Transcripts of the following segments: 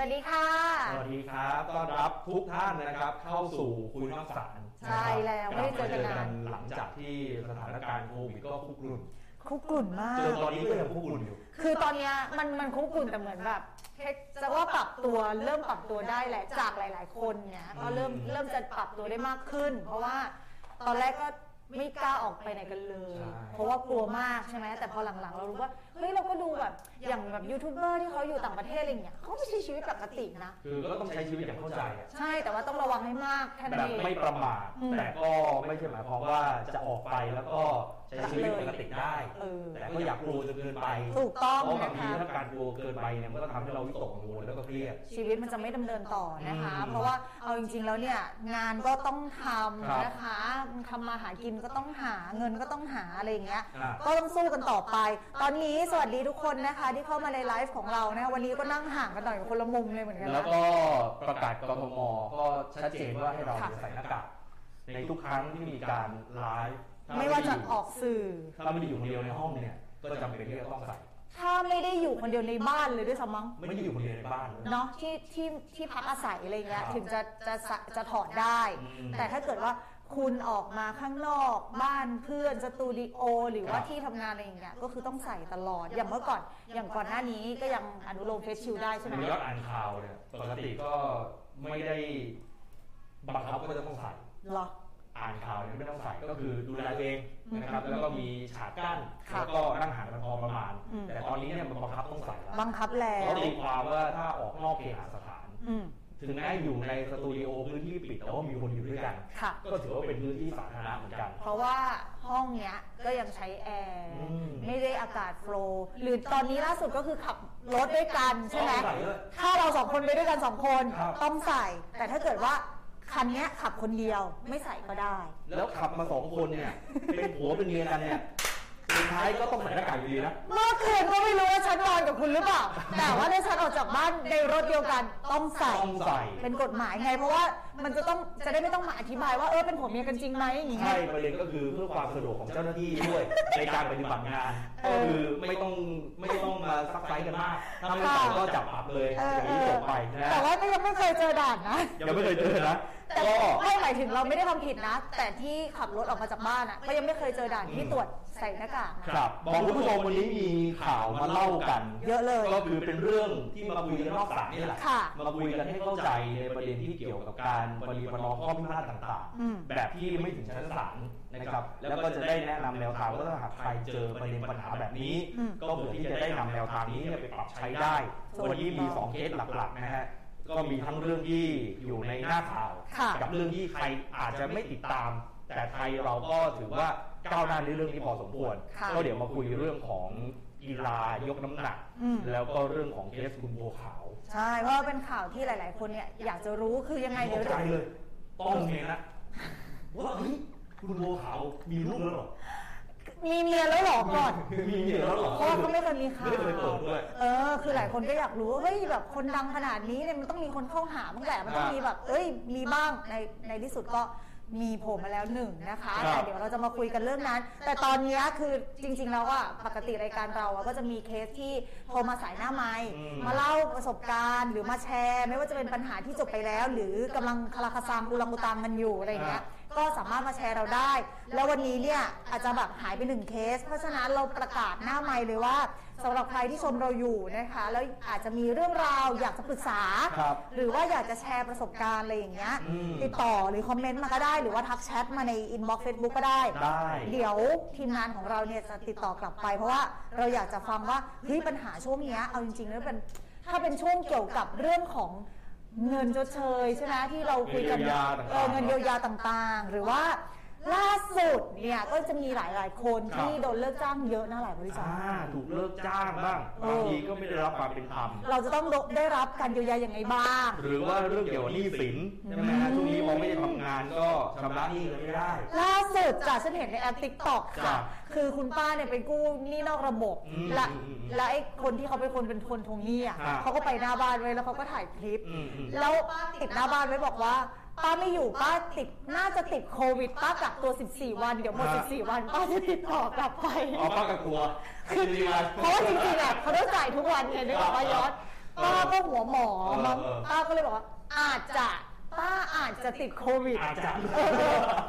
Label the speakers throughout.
Speaker 1: วัสดีค่ะ
Speaker 2: สวัสดีครับต้อนรับทุกท่านนะครับเข้าสู่คุยนอกสาร
Speaker 1: ใช่แล้วไม่ได้เจอกันนาน
Speaker 2: ลับมหลังจากที่สถานการณ์โควิดก็คุกรุ่น
Speaker 1: คุกกลุ่นมา
Speaker 2: เจ
Speaker 1: ก
Speaker 2: อตอนนี้ก็ยังคุกรุ่นอยู่
Speaker 1: คือตอนเนี้ยมันมันคุกกลุ่นแต่เหมือนแบบจะว่าปรับตัวเริ่มปรับตัวได้แหละจากหลาย ๆ คนเนี่ยก็เริ่ม
Speaker 2: อืม
Speaker 1: เริ่มจะปรับตัวได้มากขึ้น เพราะว่าตอนแรกก็ไม่กล้าออกไปไหนกันเลย
Speaker 2: ใช่
Speaker 1: เพราะว่ากลัวมากใช่ไหมแต่พอหลัง ๆ เรารู้ว่าเฮ้ยเราก็ดูแบบอย่างแบบยูทูบเบอร์ที่เขาอยู่ต่างประเทศอะไรเงี้ยเขาก็ใช้ชีวิตปกตินะ
Speaker 2: คือก็ต้องใช้ชีวิตอย่างเข้าใจอะ
Speaker 1: ใช่แต่ว่าต้องระวังให้มากแค่นั้
Speaker 2: แบ
Speaker 1: น
Speaker 2: บ
Speaker 1: เอง
Speaker 2: ไม่ประมาท
Speaker 1: อืม
Speaker 2: แต่ก็ไม่ใช่หมายความว่าจะออกไปแล้วก็ใช้ชีวิตปกติได้
Speaker 1: เออ
Speaker 2: แต่ก็อยากกลัวจนเกินไป
Speaker 1: ถูกต้อง
Speaker 2: เพราะบา
Speaker 1: นะ
Speaker 2: งที
Speaker 1: คะ
Speaker 2: ถ้าการกลัวเกินไปเนี่ยมันก็ทำให้เราวิตกกังวลแล้วก็เครียด
Speaker 1: ชีวิตมันจะไม่ดำเนินต่อนะคะ
Speaker 2: อืม
Speaker 1: เพราะว่าเอาจริงๆแล้วเนี่ยงานก็ต้องทำ
Speaker 2: ครับ
Speaker 1: นะคะทำมาหากินก็ต้องหาเงินก็ต้องหาอะไรอย่างเงี้ย
Speaker 2: ครับ
Speaker 1: ก็ต้องสู้กันต่อไป ตอนนี้สวัสดีทุกคนนะคะ ที่เข้ามาในไลฟ์ของเรานะวันนี้ก็นั่งห่างกันหน่อยคนละมุมเลยเหมือนกัน
Speaker 2: แล้ว
Speaker 1: นะ
Speaker 2: ก็ประกาศกทมก็ชัดเจนว่าให้เรา
Speaker 1: ค่ะ
Speaker 2: ใส่หน้ากากในทุกครั้งที่มีการไลฟ์ถ้
Speaker 1: ไม่ว่าจะ
Speaker 2: ด้ยู่
Speaker 1: ออกสื่อ
Speaker 2: ถ้าไม่ได้อยู่คนเดียวในห้องเนี่ย ก็จำเป็นที่จะต้องใส่
Speaker 1: ถ้าไม่ได้อยู่คนเดียวในบ้านเลยด้วยซ้ำมั้ง
Speaker 2: ไม่ได้อยู่คนเดียวในบ้านเลย
Speaker 1: เนาะที่ที่ที่พักอาศัยอะไรเงี้ย
Speaker 2: ครับ
Speaker 1: ถึงจะจะสะจะถอดได้
Speaker 2: อืม
Speaker 1: แต่ถ้าเกิดว่าคุณออกมาข้างนอกบ้านเพื่อนสตูดิโอหรือว่า
Speaker 2: ครับ
Speaker 1: ที่ทำงานอะไรอย่างเงี้ยก็คือต้องใส่ตลอดอย่างเมื่อก่อนอย่างก่อนหน้านี้ก็ยังอนุโลมเฟซชิลด์ได้ใช่ไหม
Speaker 2: มียอดอ่านข่าวเนี่ยปกติก็ไม่ได้บังคับว่าจะต้องใส่
Speaker 1: เหรอ
Speaker 2: อ่านข่าวเนี่ยไม่ต้องใส่ก็คือดูแลตัวเองนะครับ
Speaker 1: อืม
Speaker 2: แล้วก็มีฉากกั้น
Speaker 1: ค่ะ
Speaker 2: แล้วก็นั่งห่างกันพอประมาณ
Speaker 1: อืม
Speaker 2: แต่ตอนนี้เนี่ยมันบังคับต้องใส่แล้ว
Speaker 1: บังคับแล้ว
Speaker 2: เขาตีความว่าถ้าออกนอกเคหสถาน
Speaker 1: อืม
Speaker 2: ถึงแม้อยู่ในสตูดิโอพื้นที่ปิดแต่ว่ามีคนอยู่ด้วยกัน
Speaker 1: ค่ะ
Speaker 2: ก็ถือว่าเป็นพื้นที่สาธารณะเหมือนกัน
Speaker 1: เพราะว่าห้องเนี้ยก็ยังใช้แอร์
Speaker 2: อืม
Speaker 1: ไม่ได้อากาศโฟลว์หรือตอนนี้ล่าสุดก็คือขับรถด้วยกันใช่ไหม
Speaker 2: ต้องใส่ด้วย
Speaker 1: ถ้าเราสองคนไปด้วยกันสองคน
Speaker 2: ครับ
Speaker 1: ต้องใส่ แต่ถ้าเกิดว่าคันเนี้ยขับคนเดียวไม่ใส่ก็ได้
Speaker 2: แล้วขับมาสองคนเนี่ย เป็นผัวเป็นเมียกันเนี่ยสุดท้ายก็ต้องใส่หน้ากากอยู่ดีนะ
Speaker 1: เมื่อคืนก็ไม่รู้ว่าฉันนอนกับคุณหรือเปล่า แต่ว่าถ้าฉันออกจากบ้านในรถเดียวกันต้องใส่
Speaker 2: ต้องใส่
Speaker 1: เป็นกฎหมายไง เพราะว่ามันจะต้องจะได้ไม่ต้องมาอธิบายว่าเออเป็นผัวเมียกันจริงไหมอย่างงี้ไง
Speaker 2: ใช่ประเด็นก็คือเพื่อความสะดวกของเจ้าหน้าที่ด้วย ในการปฏิบัติงาน
Speaker 1: เอ
Speaker 2: ก็
Speaker 1: อ
Speaker 2: คือไม่ต้องไม่ต้องมาซักไซส์กันมาก ถ้าไม่ใส่
Speaker 1: ค่ะ
Speaker 2: ก็จับปรับเลยอย่างนี้จบไปนะ
Speaker 1: แต่ว่าก็ยังไม่เคยเจอด่านนะ
Speaker 2: ยังไม่เคยเจอนะ
Speaker 1: แต่
Speaker 2: ก็
Speaker 1: ไม่หมายถึงเราไม่ได้ทำผิดนะ แต่ที่ขับรถออกมาจากบ้านอ่ะก็ยังไม่เคยเจอด่านที่ตรวจใส่หน้ากากนะครับ
Speaker 2: บอกคุณผู้ชมวันนี้มีข่าวมาเล่ากัน
Speaker 1: เยอะเลย
Speaker 2: ก็คือเป็นเรื่องที่มาคุยกันนอกสารนี่แหละ
Speaker 1: ค่ะ
Speaker 2: มาคุยกันให้เข้าใจในประเด็นที่เกี่ยวกับการปฏิบัติข้อพิพาทต่าง
Speaker 1: อืม
Speaker 2: ๆ แบบที่ไม่ถึงชั้นศาลนะครับ แล้วก็จะได้แนะนำแนวทางว่าถ้าหากใครเจอประเด็นปัญหาแบบนี้
Speaker 1: อืม
Speaker 2: ก็เผื่อที่จะได้นำแนวทางนี้เนี่ยไปปรับใช้ได้
Speaker 1: ถูก
Speaker 2: วันนี้มี 2 เคสหลักๆนะฮะ ก็มีทั้งเรื่องที่อยู่ในหน้าข่าว
Speaker 1: ค่ะ
Speaker 2: กับเรื่องที่ใครอาจจะไม่ติดตาม แต่ไทยเราก็ถือว่าก้าวหน้าในเรื่องนี้พอสมควร
Speaker 1: ค่ะ
Speaker 2: ก็เดี๋ยวมาคุยเรื่องของกีฬายกน้ำหนัก
Speaker 1: อืม
Speaker 2: แล้วก็เรื่องของเคสคุณบัวขาว
Speaker 1: ใช่เพราะว่าเป็นข่าวที่หลาย ๆ คนเนี่ยอยากจะรู้คือยังไง
Speaker 2: ต
Speaker 1: เดี๋ยว
Speaker 2: กใจเลยต้องเลยนะว่าเฮ้ยคุณบัวขาวมีลูกแล้วเหรอ
Speaker 1: มีเมียแล้วเหรอก่อน
Speaker 2: มีเมียแล้วเหรอ
Speaker 1: เพราะว่าเขาไม่เคยมีข่าว
Speaker 2: ไม่เคยเปิดด้วย
Speaker 1: เออ คือหลายคนก็อยากรู้ว่าเฮ้ยแบบคนดังขนาดนี้เนี่ยมันต้องมีคนเข้าหาบ้างแหละมันต้องมีแบบเอ้ยมีบ้างในในที่สุดก็มีโผล่มาแล้วหนึ่งนะคะ
Speaker 2: ครับ
Speaker 1: แต่เดี๋ยวเราจะมาคุยกันเรื่องนั้น แต่ตอนเนี้ยคือจริง ๆ แล้วอะปกติรายการเราอะก็จะมีเคสที่โทรมาสายหน้าไมค์มาเล่าประสบการณ์ หรือมาแชร์ ไม่ว่าจะเป็นปัญหาที่จบไปแล้ว หรือกำลังคลาคาซังอุลังอุตังกันอยู่อะไรอย่างเงี้ย ก็สามารถมาแชร์เราได้ แล้ววันนี้เนี่ยอาจจะแบบหายไปหนึ่งเคส เพราะฉะนั้นเราประกาศหน้าไมค์เลยว่าสำหรับใครที่ชมเราอยู่นะคะ แล้วอาจจะมีเรื่องราวอยากจะปรึกษา
Speaker 2: ครับ
Speaker 1: หรือว่าอยากจะแชร์ประสบการณ์อะไรอย่างเงี้ย
Speaker 2: อืม
Speaker 1: ติดต่อหรือคอมเมนต์มาก็ได้ หรือว่าทักแชทมาในอินบ็อกซ์เฟซบุ๊กก็ได้
Speaker 2: ได้
Speaker 1: เดี๋ยวทีมงานของเราเนี่ยจะติดต่อกลับไป เพราะว่าเราอยากจะฟังว่าเฮ้ยปัญหาช่วงเนี้ยเอาจริงๆแล้วเป็นถ้าเป็นช่วงเกี่ยวกับเรื่องของเงินชดเชยใช่ไหมที่เราคุยกัน
Speaker 2: เงินเยียวยา
Speaker 1: เอ
Speaker 2: ต่างๆ
Speaker 1: อเงินเยียวยาต่างๆ หรือว่าล่าสุดเนี่ยก็จะมีหลายๆคน
Speaker 2: ครับ
Speaker 1: ที่โดนเลิกจ้างเยอะนะหลายบริษัท
Speaker 2: อ่าถูกเลิกจ้างบ้าง
Speaker 1: เออ
Speaker 2: บางทีก็ไม่ได้รับความเป็นธรรม
Speaker 1: เราจะต้องได้รับการเยียวยาอย่างไรบ้าง
Speaker 2: หรือว่าเรื่องเกี่ยวกับหนี้สินใช่ไหมฮะช่วงนี้พอไม่ได้ทำงานก็ชำระหนี้กันไม่ได้
Speaker 1: ล่าสุดจ้ะฉันเห็นในแอปติ๊กต็อกค่ะ
Speaker 2: จ้ะ
Speaker 1: คือคุณป้าเนี่ยไปกู้หนี้นอกระบบ
Speaker 2: อืม
Speaker 1: และ
Speaker 2: อืมอืม
Speaker 1: และไอ้คนที่เขาเป็นคนเป็นคนทวงหนี้อ่ะ
Speaker 2: ครับ
Speaker 1: เขาก็ไปหน้าบ้านไว้แล้วเขาก็ถ่ายคลิป
Speaker 2: อืมอืม
Speaker 1: แล้วป้าติดหน้าบ้านไว้บอกว่า ป้าไม่อยู่ป้าติดน่าจะติดโควิดป้ากักตัว 14 วันเดี๋ยวหมด
Speaker 2: ครับ
Speaker 1: 14 วันป้าจะติดต่อกลับไป
Speaker 2: อ๋อป้ากับกลัว
Speaker 1: คือ
Speaker 2: จริงๆแล้ว
Speaker 1: เพราะว่าจริงๆอ่ะเขาต้องจ่ายทุกวันไงนึกออกปะยศ
Speaker 2: ครับ
Speaker 1: ป้าก็หัวหมอ
Speaker 2: เออ
Speaker 1: มั้ง
Speaker 2: เออ
Speaker 1: ป้าก็เลยบอกว่าอาจจะป้าอาจจะติดโควิด
Speaker 2: อาจจะ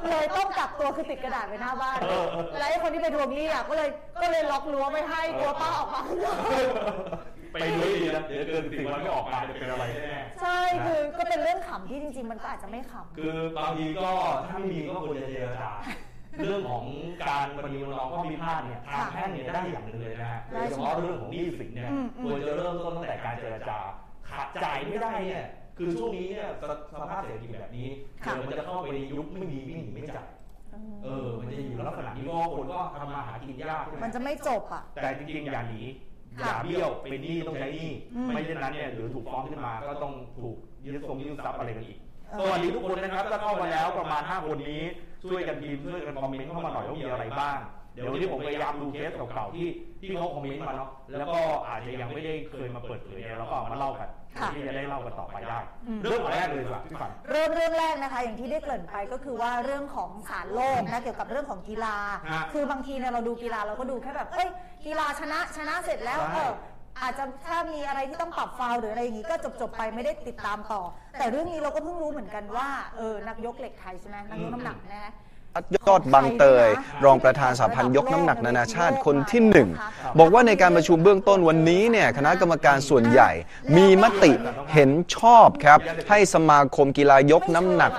Speaker 1: เลยต้องกักตัวคือติดกระดาษไว้หน้าบ้าน
Speaker 2: เออ
Speaker 1: แล้วไอ้คนที่ไปทวงหนี้อ่ะก็เลยก็เลยล็อกรั้วไม่ให้กลัวป้าออกมาข้างนอก
Speaker 2: ไปด้วยดีนะเดี๋ยวเกินสิบวันไม่ออกมาจะเป็นอะไรแน่
Speaker 1: ใช่คือก็เป็นเรื่องขำที่จริง ๆ มันก็อาจจะไม่ข
Speaker 2: คือบางทีก็ถ้าไม่มีก็ควรจะเจร จาเรื่องของการปฏิบัติน้องก็มีพลาดเนี่ยทางแพ่งเนี่ยได้อย่างหนึ่งเลยนะฮะโดยเฉพาะเรื่องของหนี้สินเนี่ยควรจะเริ่มต้นตั้งแต่การเจรจาขาดจ่ายไม่ได้เนี่ยคือช่วงนี้เนี่ยสภาพเศรษฐกิจแบบนี้เดี๋ยวมันจะเข้าไปในยุคไม่มีไม่หนีไม่จ่าย
Speaker 1: ำ
Speaker 2: เออ มันจะอยู่ลักษณะนี้เพราะว่าคนก็ทำมาหากินยากใช่ไหม
Speaker 1: มันจะไม่จบอ่ะ
Speaker 2: แต่จริงๆอย่าหนีอ
Speaker 1: ค่ะ
Speaker 2: ย่าเบี้ยวเป็นหนี้ต้องใช้หนี้
Speaker 1: อืม
Speaker 2: ไม่เช่นนั้นเนี่ยหรือถูกฟ้องขึ้นมาก็ต้องถูกยึดทรงยึดทรัพย์อะไรกันอีก
Speaker 1: เอ
Speaker 2: ส
Speaker 1: อ
Speaker 2: วัสดีทุกคนนะครับถ้าเข้ามาแล้วประมาณ 5 คนนี้ ช่วยกันพิมพ์ช่วยกันคอมเมนต์เข้ามาหน่อยว่ามีอะไรบ้าง เดี๋ยววันนี้ผมพยายามดูเคสเก่าๆที่ที่เขาคอมเมนต์มาเนาะแล้วก็อาจจะยังไม่ได้เคยมาเปิดเผยเนี่ยเราก็เอามาเล่ากันที่จะได้เล่ากันต่อไปได้
Speaker 1: อืม
Speaker 2: เรื่องของแรกเลยดีกว่าพี่ฝัน
Speaker 1: เริ่มเรื่องแรกนะคะ อย่างที่ได้เกริ่นไปก็คือว่าเรื่องของสารโลกนะเกี่ยวกับเรื่องของกีฬา
Speaker 2: ฮะ
Speaker 1: คือบางทีเนี่ยเราดูกีฬาเราก็ดูแค่แบบเอ้ยกีฬาชนะชนะเสร็จแล้ว
Speaker 2: ใช่
Speaker 1: เอออาจจะถ้ามีอะไรที่ต้องปรับฟาวล์หรืออะไรอย่างงี้ก็จบจบๆไปไม่ได้ติดตามต่อ แต่เรื่องนี้เราก็เพิ่งรู้เหมือนกันว่าเออนักยกเหล็กไทยใช่ไหมนักยกน้ำหนักนะฮะ
Speaker 3: ยอดบังเตย รองประธานสหพันธ์ยกน้ำหนักนานาชาติคนที่หนึ่ง บอกว่าในการประชุมเบื้องต้นวันนี้เนี่ยคณะกรรมการส่วนใหญ่ มีมติเห็นชอบครับ ให้สมาคมกีฬายกน้ำหนัก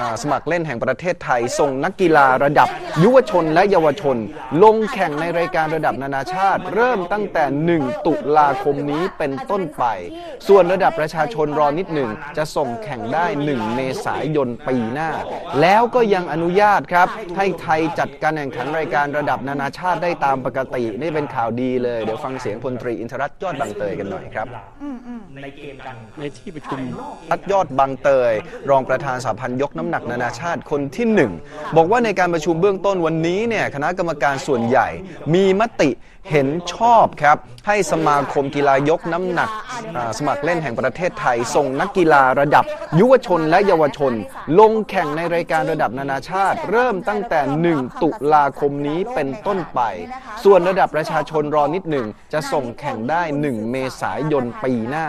Speaker 3: อ่าสมัครเล่นแห่งประเทศไทย ส่งนักกีฬาระดับ ยุวชนและเยาวชน ลงแข่งในรายการระดับนานาชาติ เริ่มตั้งแต่ 1 ตุลาคมนี้เป็นต้นไป ส่วนระดับประชาชนรอนิดหนึ่งจะส่งแข่งได้ 1 เมษายนปีหน้า แล้วก็ยังอนุญาตครับ ให้ไทยจัดการแข่งขันรายการระดับนานาชาติได้ตามปกติ นี่เป็นข่าวดีเลย เดี๋ยวฟังเสียงพลตรีอินทรัตน์ยอดบางเตยกันหน่อยครับ
Speaker 1: อืมอืม
Speaker 2: ในเกมการแข่งขัน
Speaker 4: ในที่ประชุม
Speaker 3: พัดยอดบางเตย รองประธานสาพันธ์ยกน้ำหนักนานาชาติคนที่หนึ่งบอกว่าในการประชุมเบื้องต้นวันนี้เนี่ยคณะกรรมการส่วนใหญ่ มีมติเห็นชอบครับ ให้สมาคมกีฬายกน้ำหนักอ่าสมัครเล่นแห่งประเทศไทย ส่งนักกีฬาระดับ ยุวชนและเยาวชน ลงแข่งในรายการระดับนานาชาติ เริ่มตั้งแต่ 1 ตุลาคมนี้เป็นต้นไป ส่วนระดับประชาชนรอนิดหนึ่งจะส่งแข่งได้ 1 เมษายนปีหน้า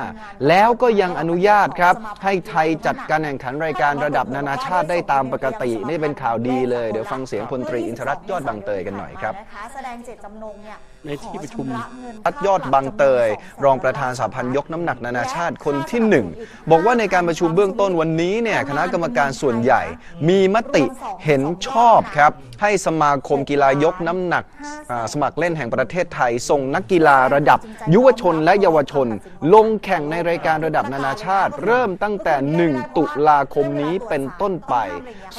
Speaker 3: แล้วก็ยังอนุญาตครับ ให้ไทยจัดการแข่งขันรายการระดับนานาชาติได้ตามปกติ นี่เป็นข่าวดีเลย เดี๋ยวฟังเสียงพลตรีอินทรัตน์ยอดบางเตยกันหน่อยครับ
Speaker 1: นะคะแสดงเจตจำนงเนี่ย
Speaker 4: ในที่ประชุม
Speaker 1: ขอำรเงิน
Speaker 3: พัดยอดบางเตย รองประธานสาพันธ์ยกน้ำหนักนานาชาติคนที่หนึ่งบอกว่าในการประชุมเบื้องต้นวันนี้เนี่ยคณะกรรมการส่วนใหญ่ มีมติเห็นชอบครับ ให้สมาคมกีฬายกน้ำหนักอ่าสมัครเล่นแห่งประเทศไทย ส่งนักกีฬาระดับ ยุวชนและเยาวชน ลงแข่งในรายการระดับนานาชาติ เริ่มตั้งแต่ 1 ตุลาคมนี้เป็นต้นไป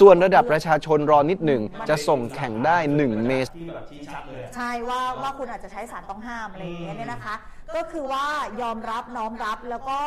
Speaker 3: ส่วนระดับประชาชนรอนิดหนึ่งจะส่งแข่งได้ 1 เมษ
Speaker 2: ที่แบบชี้ชัดเลยอะ
Speaker 1: ใช่ว่าว่าคุณอาจจะใช้สารต้องห้ามอะไรอย่างเงี้ยเนี่ยนะคะ ก็คือว่ายอมรับน้อมรับแล้วก็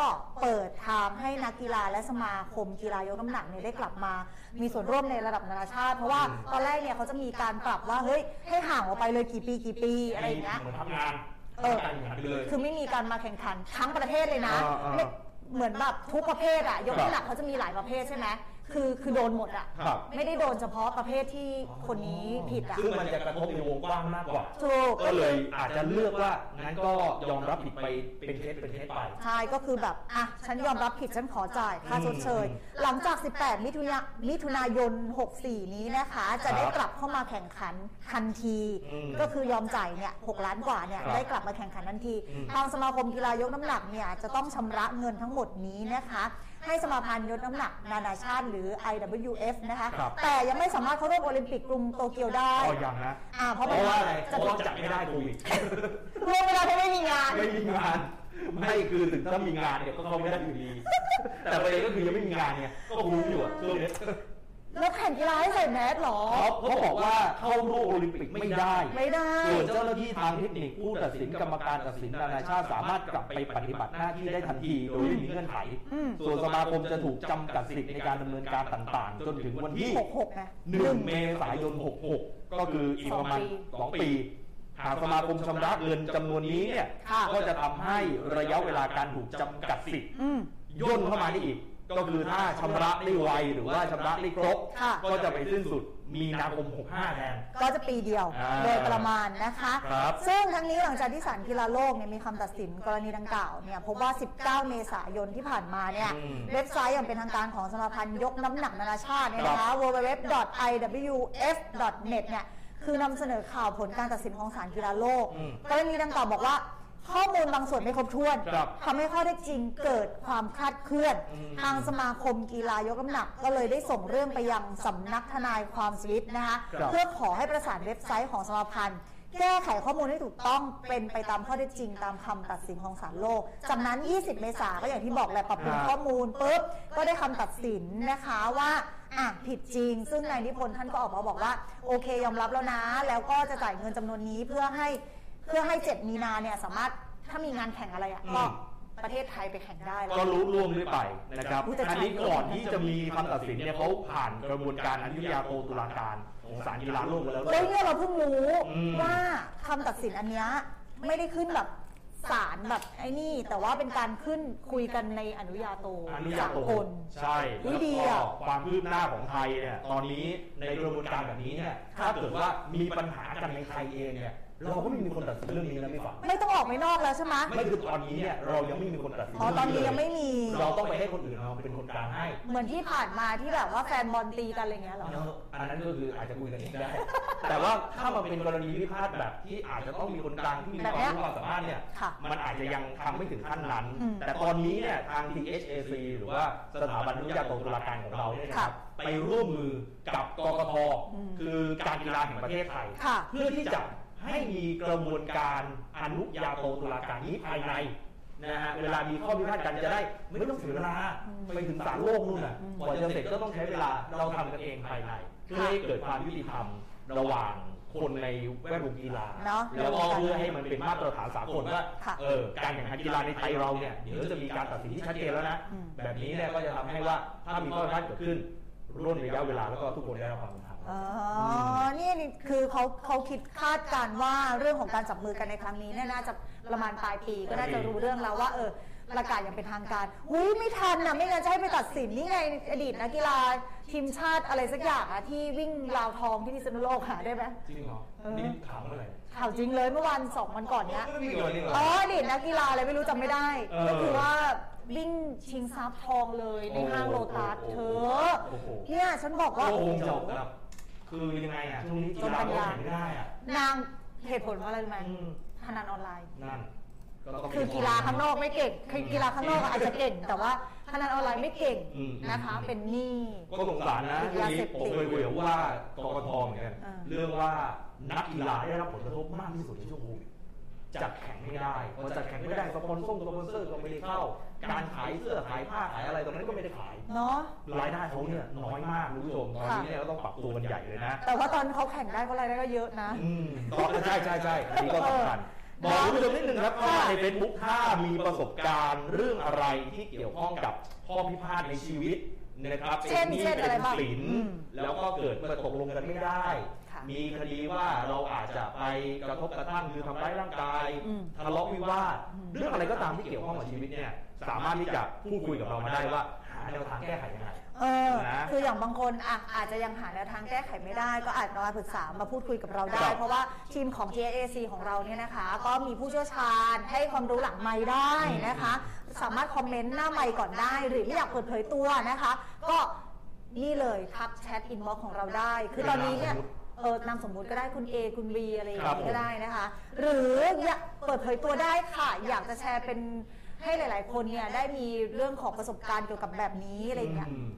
Speaker 1: เปิดทางให้นักกีฬาและสมาคมกีฬายกน้ำหนักเนี่ยได้กลับมา มีส่วนร่วมในระดับนานาชาติ เพราะว่าตอนแรกเนี่ยเขาจะมีการปรับว่าเฮ้ยให้ห่างออกไปเลยกี่ปีกี่ปีอะไรอย่างเงี้ย
Speaker 2: เหมือนทำงาน
Speaker 1: เออ
Speaker 2: ทำการแข่งขันไปเลย
Speaker 1: คือไม่มีการมาแข่งขันทั้งประเทศเลยนะ
Speaker 2: อ่าอ่า
Speaker 1: ไม่เหมือนแบบทุกประเภทอะยก
Speaker 2: ครับ
Speaker 1: น้ำหนักเขาจะมีหลายประเภทใช่ไหมคือคือโดนหมดอะ
Speaker 2: ครับ
Speaker 1: ไม่ได้โดนเฉพาะประเภทที่คนนี้ผิดอะ
Speaker 2: ซึ่งมันจะกระทบในวงกว้างมากกว่า
Speaker 1: ถูก
Speaker 2: ก็เลยอาจจะเลือกว่างั้นก็ยอมรับผิดไปเป็นเคสเป็นเคสไป
Speaker 1: ใช่ก็คือแบบอ่ะฉันยอมรับผิดฉันขอจ่ายค่าชดเชย
Speaker 2: อืม
Speaker 1: หลังจาก 18 มิถุนามิถุนายน 64 นี้นะคะ จะได้
Speaker 2: ครับ
Speaker 1: กลับเข้ามาแข่งขันทันที
Speaker 2: อืม
Speaker 1: ก็คือยอมจ่ายเนี่ย6ล้านกว่าเนี่ย
Speaker 2: ครับ
Speaker 1: ได้กลับมาแข่งขันทันที
Speaker 2: อืม
Speaker 1: ทางสมาคมกีฬายกน้ำหนักเนี่ยจะต้องชำระเงินทั้งหมดนี้นะคะ ให้สมาพันธ์ยกน้ำหนัก นานาชาติหรือ IWF นะคะ
Speaker 2: ครับ
Speaker 1: แต่ยังไม่สามารถเข้าร่วมโอลิมปิกกรุงโตเกียวได้
Speaker 2: ก็ยังนะ
Speaker 1: อ่าเพ
Speaker 2: เพ
Speaker 1: ราะมัน
Speaker 2: ราะว่าอะไร
Speaker 1: จะ
Speaker 2: เพราะว่าจัดไม่ได้โควิด
Speaker 1: รวมเวลาเพราะไม่มีงาน
Speaker 2: ไม่มีงาน ไม่คือถึงถ้ามีงานเนี่ยก็เข้าไม่ได้อยู่ดี แต่ประเด็นก็คือยังไม่มีงานเนี่ยก็คุ้มอยู่อะช่วงเนี้ย
Speaker 1: แล้วแข่งกีฬาให้ใส่แมสเหรอ
Speaker 2: เขาเขาบอกว่าเข้าร่วมโอลิมปิกไม่ได้
Speaker 1: ไม่ได้
Speaker 2: ส่วนเจ้าหน้าที่ทางเทคนิคผู้ตัดสินกรรมการตัดสินนานาชาติสามารถกลับไปปฏิบัติหน้าที่ได้ทันทีโดยไม่มีเงื่อนไข
Speaker 1: อืม
Speaker 2: ส่วนสมาคมจะถูกจำกัดสิทธิ์ในการดำเนินการต่างๆ จนถึงวันที่
Speaker 1: หกหกนะ
Speaker 2: 1 เมษายน 66 ก็คืออีกประมาณ 2 ปี หากสมาคมชำระเงินจำนวนนี้เนี่ย
Speaker 1: ค่ะ
Speaker 2: ก็จะทำให้ระยะเวลาการถูกจำกัดสิทธิ์
Speaker 1: อืม
Speaker 2: ย่นเข้ามาได้อีก ก็คือถ้าชำระได้ไวหรือว่าชำระได้ครบ
Speaker 1: ค่ะ
Speaker 2: ก็จะไปสิ้นสุด มีนาคม 65แทน
Speaker 1: ก็จะปีเดียว
Speaker 2: อ่า
Speaker 1: โดยประมาณนะคะ
Speaker 2: ครับ
Speaker 1: ซึ่งทั้งนี้หลังจากที่ศาลกีฬาโลกเนี่ยมีคำตัดสินกรณีดังกล่าวเนี่ยพบว่า 19 เมษายนที่ผ่านมาเนี่ย
Speaker 2: อืม
Speaker 1: เว็บไซต์อย่างเป็นทางการของสมาพันธ์ยกน้ำหนักนานาชาติเนี่ยนะ
Speaker 2: ครั
Speaker 1: คะ
Speaker 2: บ
Speaker 1: www.iwf.net เนี่ยคือนำเสนอข่าวผลการตัดสินของศาลกีฬาโลก
Speaker 2: อืม
Speaker 1: กรณีดังกล่าวบอกว่าข้อมูลบางส่วนไม่ครบถ้วน
Speaker 2: ครับ
Speaker 1: ทำให้ข้อเท็จจริงเกิดความคลาดเคลื่อน
Speaker 2: อืม
Speaker 1: ทางสมาคมกีฬายกน้ำหนักก็เลยได้ส่งเรื่องไปยังสำนักทนายความสวิตนะคะ
Speaker 2: ครับ
Speaker 1: เพื่อขอให้ประสานเว็บไซต์ของสมาพันธ์ แก้ไขข้อมูลให้ถูกต้องเป็นไปตามข้อเท็จจริงตามคำตัดสินของศาลโลก จากนั้น 20 เมษาก็อย่างที่บอกแหละปรับปรุงข้อมูลปุ๊บก็ได้คำตัดสินนะคะว่าอ่ะผิดจริง ซึ่งนายนิพนธ์ท่านก็ออกมาบอกว่า โอเคยอมรับแล้วนะ แล้วก็จะจ่ายเงินจำนวนนี้เพื่อให้เพื่อให้เจ็ดมีนาเนี่ยสามารถถ้ามีงานแข่งอะไรอ่ะก็ประเทศไทยไปแข่งได้แล้ว
Speaker 2: ก็รู้ล่วงด้วยไปนะครับ
Speaker 1: อุ๊ยแต่
Speaker 2: อันนี้
Speaker 1: ใช่
Speaker 2: ก่อนที่จะมีคำตัดสินเนี่ยเขาผ่านกระบวนการอนุญาโตตุลาการของศาลกีฬาโลกมาแล้วด้
Speaker 1: แล้ว วย เนี่ยเราเพิ่งรู้
Speaker 2: อืม
Speaker 1: ว่าคำตัดสินอันเนี้ยไม่ได้ขึ้นแบบศาลแบบไอ้นี่ แต่ว่าเป็นการขึ้นคุยกันในอนุญาโต
Speaker 2: อนุญาโต
Speaker 1: สกล
Speaker 2: ใช่
Speaker 1: อุ๊
Speaker 2: แล้ว
Speaker 1: ยดี
Speaker 2: ก็
Speaker 1: อ่ะ
Speaker 2: ความคืบหน้าของไทยเนี่ยตอนนี้ในกระบวนการแบบนี้เนี่ยถ้าเกิดว่ามีปัญหากันในไทยเองเนี่ยเราก็ไม่มีคนตัดสินเรื่องนี้นะพี่ฝัง
Speaker 1: ไม่ต้องออกไปนอกแล้วใช่ไหม
Speaker 2: ไม่คือตอนนี้เนี่ยเรายังไม่มีคนตัดสิน
Speaker 1: อ๋อตอนนี้ยังไม่มี
Speaker 2: เราต้องไปให้คนอื่นเราเป็นคนกลางให้
Speaker 1: เหมือนที่ผ่านมาที่แบบว่าแฟนบอลตีกันอะไรเงี้ยเหรอ
Speaker 2: เอออันนั้นก็คืออาจจะคุยกันเองได้ แต่ว่าถ้ามันเป็นกรณีพิพาทแบบที่อาจจะต้องมีคนกลางที่มีความรู้ความสามารถเนี่ย
Speaker 1: ค่ะ
Speaker 2: มันอาจจะยังทำไม่ถึงขั้นนั้น
Speaker 1: อืม
Speaker 2: แต่ตอนนี้เนี่ยทาง THAC หรือว่าสถาบันวิทยาโตตุลาการของเราเนี่ยนะครับ ไปร่วมมือกับกกท
Speaker 1: อืม
Speaker 2: คือการกีฬาแห่งประเทศไทย
Speaker 1: ค่ะ
Speaker 2: เพื่อที่จะให้มีกระบวนการอนุญาโตตุลาการนี้ภายในนะฮะเวลามีข้อพิพาทกันจะได้ไม่ต้องเสียเวลา
Speaker 1: อืม
Speaker 2: ไปถึงศาลโลกนู่นน่ะ
Speaker 1: อืม
Speaker 2: กว่าจะเสร็จก็ต้องใช้เวลาเราทำกันเองภายในเพื่อให้เกิดความยุติธรรมระหว่างคนในแวดวงกีฬา
Speaker 1: เนาะ
Speaker 2: แล้วก็เพื่อให้มันเป็นมาตรฐานสากลว่า
Speaker 1: ค่ะ
Speaker 2: เออการแข่งขันกีฬาในไทยเราเนี่ยเดี๋ยวจะมีการตัดสินที่ชัดเจนแล้วนะ
Speaker 1: อืม
Speaker 2: แบบนี้เนี่ยก็จะทำให้ว่าถ้ามีข้อพิพาทเกิดขึ้นร่นระยะเวลาแล้วก็ทุกคนได้รับความเป็นธรรม
Speaker 1: อ๋อนี่นี่คือเขาเขาคิดคาดการณ์ว่าเรื่องของการจับมือกันในครั้งนี้เนี่ยน่าจะประมาณปลายปีก็น่าจะรู้เรื่องแล้วว่าเออประกาศอย่างเป็นทางการอุ้ยไม่ทันนะไม่งั้นจะให้ไปตัดสินนี่ไงอดีตนักกีฬาทีมชาติอะไรสักอย่างอะที่วิ่งราวทองที่พิษณุโลกหาได้ไหม
Speaker 2: จริงเหรอ
Speaker 1: เออ
Speaker 2: นี่ถามอะไร
Speaker 1: ข่าวจริงเลยเมื่อวันสองวันก่อนเนี้ย
Speaker 2: ไม่มีเกินนี่เหรอ
Speaker 1: อ๋ออดีตนักกีฬาอะไรไม่รู้จำไม่ได้
Speaker 2: เออ
Speaker 1: ก็คือว่าวิ่งชิงทรัพย์ทองเลยในห้างโลตัส
Speaker 2: โอ้
Speaker 1: เธ
Speaker 2: โห
Speaker 1: อ
Speaker 2: โอ้โห
Speaker 1: เนี่ยฉันบอกว่า
Speaker 2: โอ้โหจบครับ คือยังไงอ่ะ ช่วงนี้กีฬาก็แข่งไม่ได้อ่ะ
Speaker 1: นางเหตุผลว่าอะไรรู้ไหม
Speaker 2: อืม
Speaker 1: พนันออนไลน์
Speaker 2: นั่นก็ต้อง
Speaker 1: คือกีฬาข้างนอกไม่เก่งคือกีฬาข้างนอกอาจจะเก่ง แต่ว่าพนันออนไลน์ไม่เก่ง
Speaker 2: อืม
Speaker 1: นะคะ เป็นหนี้
Speaker 2: ก็สงสารนะ
Speaker 1: คื
Speaker 2: ที
Speaker 1: อยา
Speaker 2: นี้
Speaker 1: เสพติด
Speaker 2: ผมเคยคุยกับว่ากกทเหมือนกัน
Speaker 1: อ่า
Speaker 2: เรื่องว่านักกีฬาได้รับผลกระทบมากที่สุดในช่วงโควิดจัดแข่งไม่ได้พอจัดแข่งไม่ได้สปอนเซอร์สปอนเซอร์ก็ไม่ได้เข้า การขายเสื้อขายผ้าขายอะไรตรงนั้นก็ไม่ได้ขาย
Speaker 1: เนาะ
Speaker 2: รายได้เขาเนี่ยน้อยมากคุณผู้ชมตอนนี้เนี่ยก็ต้องปรับตัวกันใหญ่เลยนะ
Speaker 1: แต่ว่าตอนเขาแข่งได้เขารายได้ก็เยอะนะ
Speaker 2: อืมก็ใช่ใช่ใช่อันนี้ก็สำคัญบ
Speaker 1: เออ
Speaker 2: อกคุณผู้ชมนิดนึงครับว่า
Speaker 1: ค่ะ
Speaker 2: ในเฟซบุ๊กถ้ามีประสบการณ์เรื่องอะไรที่เกี่ยวข้องกับข้อพิพาทในชีวิตนะครับ
Speaker 1: เช่น
Speaker 2: ป็ห
Speaker 1: เช่นอะไรบ้าง
Speaker 2: เป็นสิน
Speaker 1: อืม
Speaker 2: แล้วก็เกิดมาตกลงกันไม่ได้
Speaker 1: ค่ะ
Speaker 2: มีคดีว่าเราอาจจะไปกระทบกระทั่งคือทำร้ายร่างกาย
Speaker 1: อืม
Speaker 2: ทะเลาะวิวาท
Speaker 1: อืม
Speaker 2: เรื่องอะไรก็ตามที่เกี่ยวข้องกับชีวิตเนี่ยสามารถที่จะพูดคุยกับเรามาได้ว่าหาแนวทางแก้ไขยังไง
Speaker 1: เออ
Speaker 2: นะ
Speaker 1: คืออย่างบางคนอ่ะอาจจะยังหาแนวทางแก้ไขไม่ได้ ก็อาจมาปรึกษามาพูดคุยกับเราได้
Speaker 2: ครับ
Speaker 1: เพราะว่าทีมของ TAC ของเราเนี่ยนะคะ ก็มีผู้เชี่ยวชาญให้ความรู้หลังไม้ได้นะคะ สามารถคอมเมนต์หน้าไมค์ก่อนได้ หรือไม่อยากเปิดเผยตัวนะคะ ก็นี่เลยทักแชทอินบ็อกของเราได้ คือตอนนี้เนี่ยเออนามสมมุติก็ได้คุณ A คุณ B อะไรอย่าง
Speaker 2: ครับผ
Speaker 1: นี้
Speaker 2: ม
Speaker 1: ก็ได้นะคะ หรืออยากเปิดเผยตัวได้ค่ะ อยากจะแชร์เป็นให้หลาย ๆ คนเนี่ยได้มีเรื่องของประสบการณ์เกี่ยวกับแบบนี้อะไรอย่างเงี้ย
Speaker 2: อืม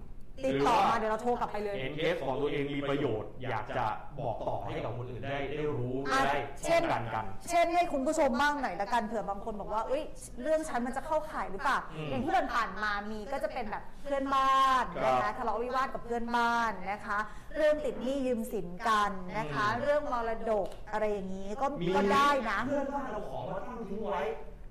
Speaker 1: ติดต่อมาเดี๋ยวเราโทรกลับไปเลย
Speaker 2: เห็นเคสของตัวเองมีประโยชน์ อยากจะบอกต่อให้กับคนอื่นได้ได้รู้
Speaker 1: อ่ะ
Speaker 2: ได้
Speaker 1: เช่น
Speaker 2: ป้องกันกัน
Speaker 1: เช่นให้คุณผู้ชมบ้างหน่อยละกันเผื่อบางคนบอกว่าเอ้ยเรื่องฉันมันจะเข้าข่ายหรือเปล่า
Speaker 2: อืม
Speaker 1: อย่างที่เดินผ่านมามีก็จะเป็นแบบเพื่อนบ้านนะ
Speaker 2: ครั
Speaker 1: คะ
Speaker 2: บ
Speaker 1: ทะเลาะวิวาทกับเพื่อนบ้านนะคะ เรื่องติดหนี้ยืมสินกันนะคะ
Speaker 2: อืม
Speaker 1: เรื่องมรดกอะไรอย่างนี้ก็
Speaker 2: มี
Speaker 1: ก็ได้นะ
Speaker 2: เพื่อนบ้านเราของมาตั้งทิ้งไว้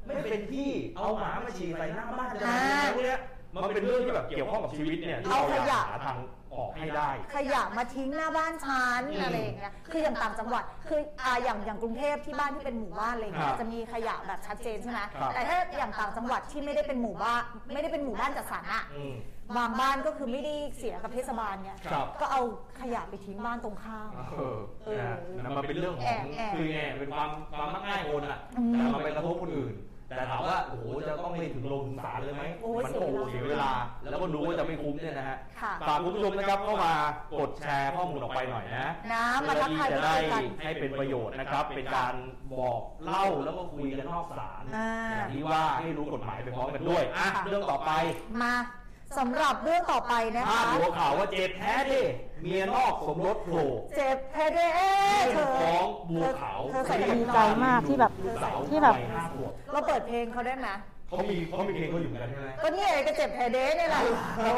Speaker 2: ไม่เป็นที่เอาหมามาฉี่ใส่หน้าบ้านจะ
Speaker 1: อ่า
Speaker 2: ทำยังไงพวกเนี้ย มันเป็นเรื่องที่แบบเกี่ยวข้องกับชีวิตเนี่ยที่
Speaker 1: เอา
Speaker 2: เราอยาย
Speaker 1: ขะ
Speaker 2: กหาทางออกให้ได้
Speaker 1: ขยะมาทิ้งหน้าบ้านฉัน
Speaker 2: อืม
Speaker 1: อะไรอย่างเงี้ย คืออย่างต่างจังหวัด คืออ่าอย่างอย่างกรุงเทพที่บ้านที่เป็นหมู่บ้านอะไรอย่างเงี้
Speaker 2: ค
Speaker 1: ย
Speaker 2: รับ
Speaker 1: จะมีขยะแบบชัดเจนใช่ไหม
Speaker 2: ครับ
Speaker 1: แต่ถ้าอย่างต่างจังหวัดที่ไม่ได้เป็นหมู่บ้านไม่ได้เป็นหมู่บ้านจัดสรรอะ
Speaker 2: อืม
Speaker 1: บางบ้านก็คือไม่ได้เสียกับเทศบาลเนี่ย
Speaker 2: ครับ
Speaker 1: ก็เอาขยะไปทิ้งบ้านตรงข้าม
Speaker 2: เออนะฮะนะมันเป็นเรื่องข
Speaker 1: แอ
Speaker 2: อง
Speaker 1: บแอบ
Speaker 2: คือไงเป็นความความมักง่ายโอนอ่ะ
Speaker 1: อืม
Speaker 2: แต่มันไปกระทบคนอื่น แต่ถามว่าโอ้โหจะต้องไปถึงโรงถึงศาลเลยไหม
Speaker 1: โอ้ย
Speaker 2: มัก็โอ้โห
Speaker 1: เสี
Speaker 2: เสี
Speaker 1: ย
Speaker 2: ย
Speaker 1: เว
Speaker 2: เว
Speaker 1: ลา
Speaker 2: ลา แล้วก็รู้ว่าจะไม่คุ้มเนี่ยนะฮะ
Speaker 1: ค่ะ
Speaker 2: ฝากคุณผู้ชมนะครับเข้ามากดแชร์ข้อมูลออกไปหน่อยนะ
Speaker 1: นะมา
Speaker 2: เพื่อ
Speaker 1: ทัก
Speaker 2: ที่
Speaker 1: ทายพูด
Speaker 2: จะได้
Speaker 1: คุยกัน
Speaker 2: ให้เป็นประโยชน์นะครับ เป็นการบอกเล่าแล้วก็คุยกันนอกศาล
Speaker 1: อ่า
Speaker 2: อย่างที่ว่าให้รู้กฎหมายไปพร้อมกันด้วยอ่ะเรื่องต่อไป
Speaker 1: มาสำหรับเรื่องต่อไปนะ
Speaker 2: พา
Speaker 1: คะ
Speaker 2: ดหัวข่าวว่าเจ็บแท้ดิเมียนอกสมรสโผล่
Speaker 1: เจ็บเพเดเอเธอ
Speaker 2: ฟ้องบัวขาว
Speaker 1: เธอใส่
Speaker 2: เรีย
Speaker 4: ใจมากที่แบบ
Speaker 2: ลูกสาว
Speaker 4: ที่แบบ
Speaker 2: วัยห้าขวบ
Speaker 1: เราเปิดเพลงเขาได้ไหม
Speaker 2: เขามีเขามีเพลงเขาอยู่เหมือนกันใช่ไหม
Speaker 1: ก็เนี่ยก็เจ็บเพเดเนี่ยแหละโอ้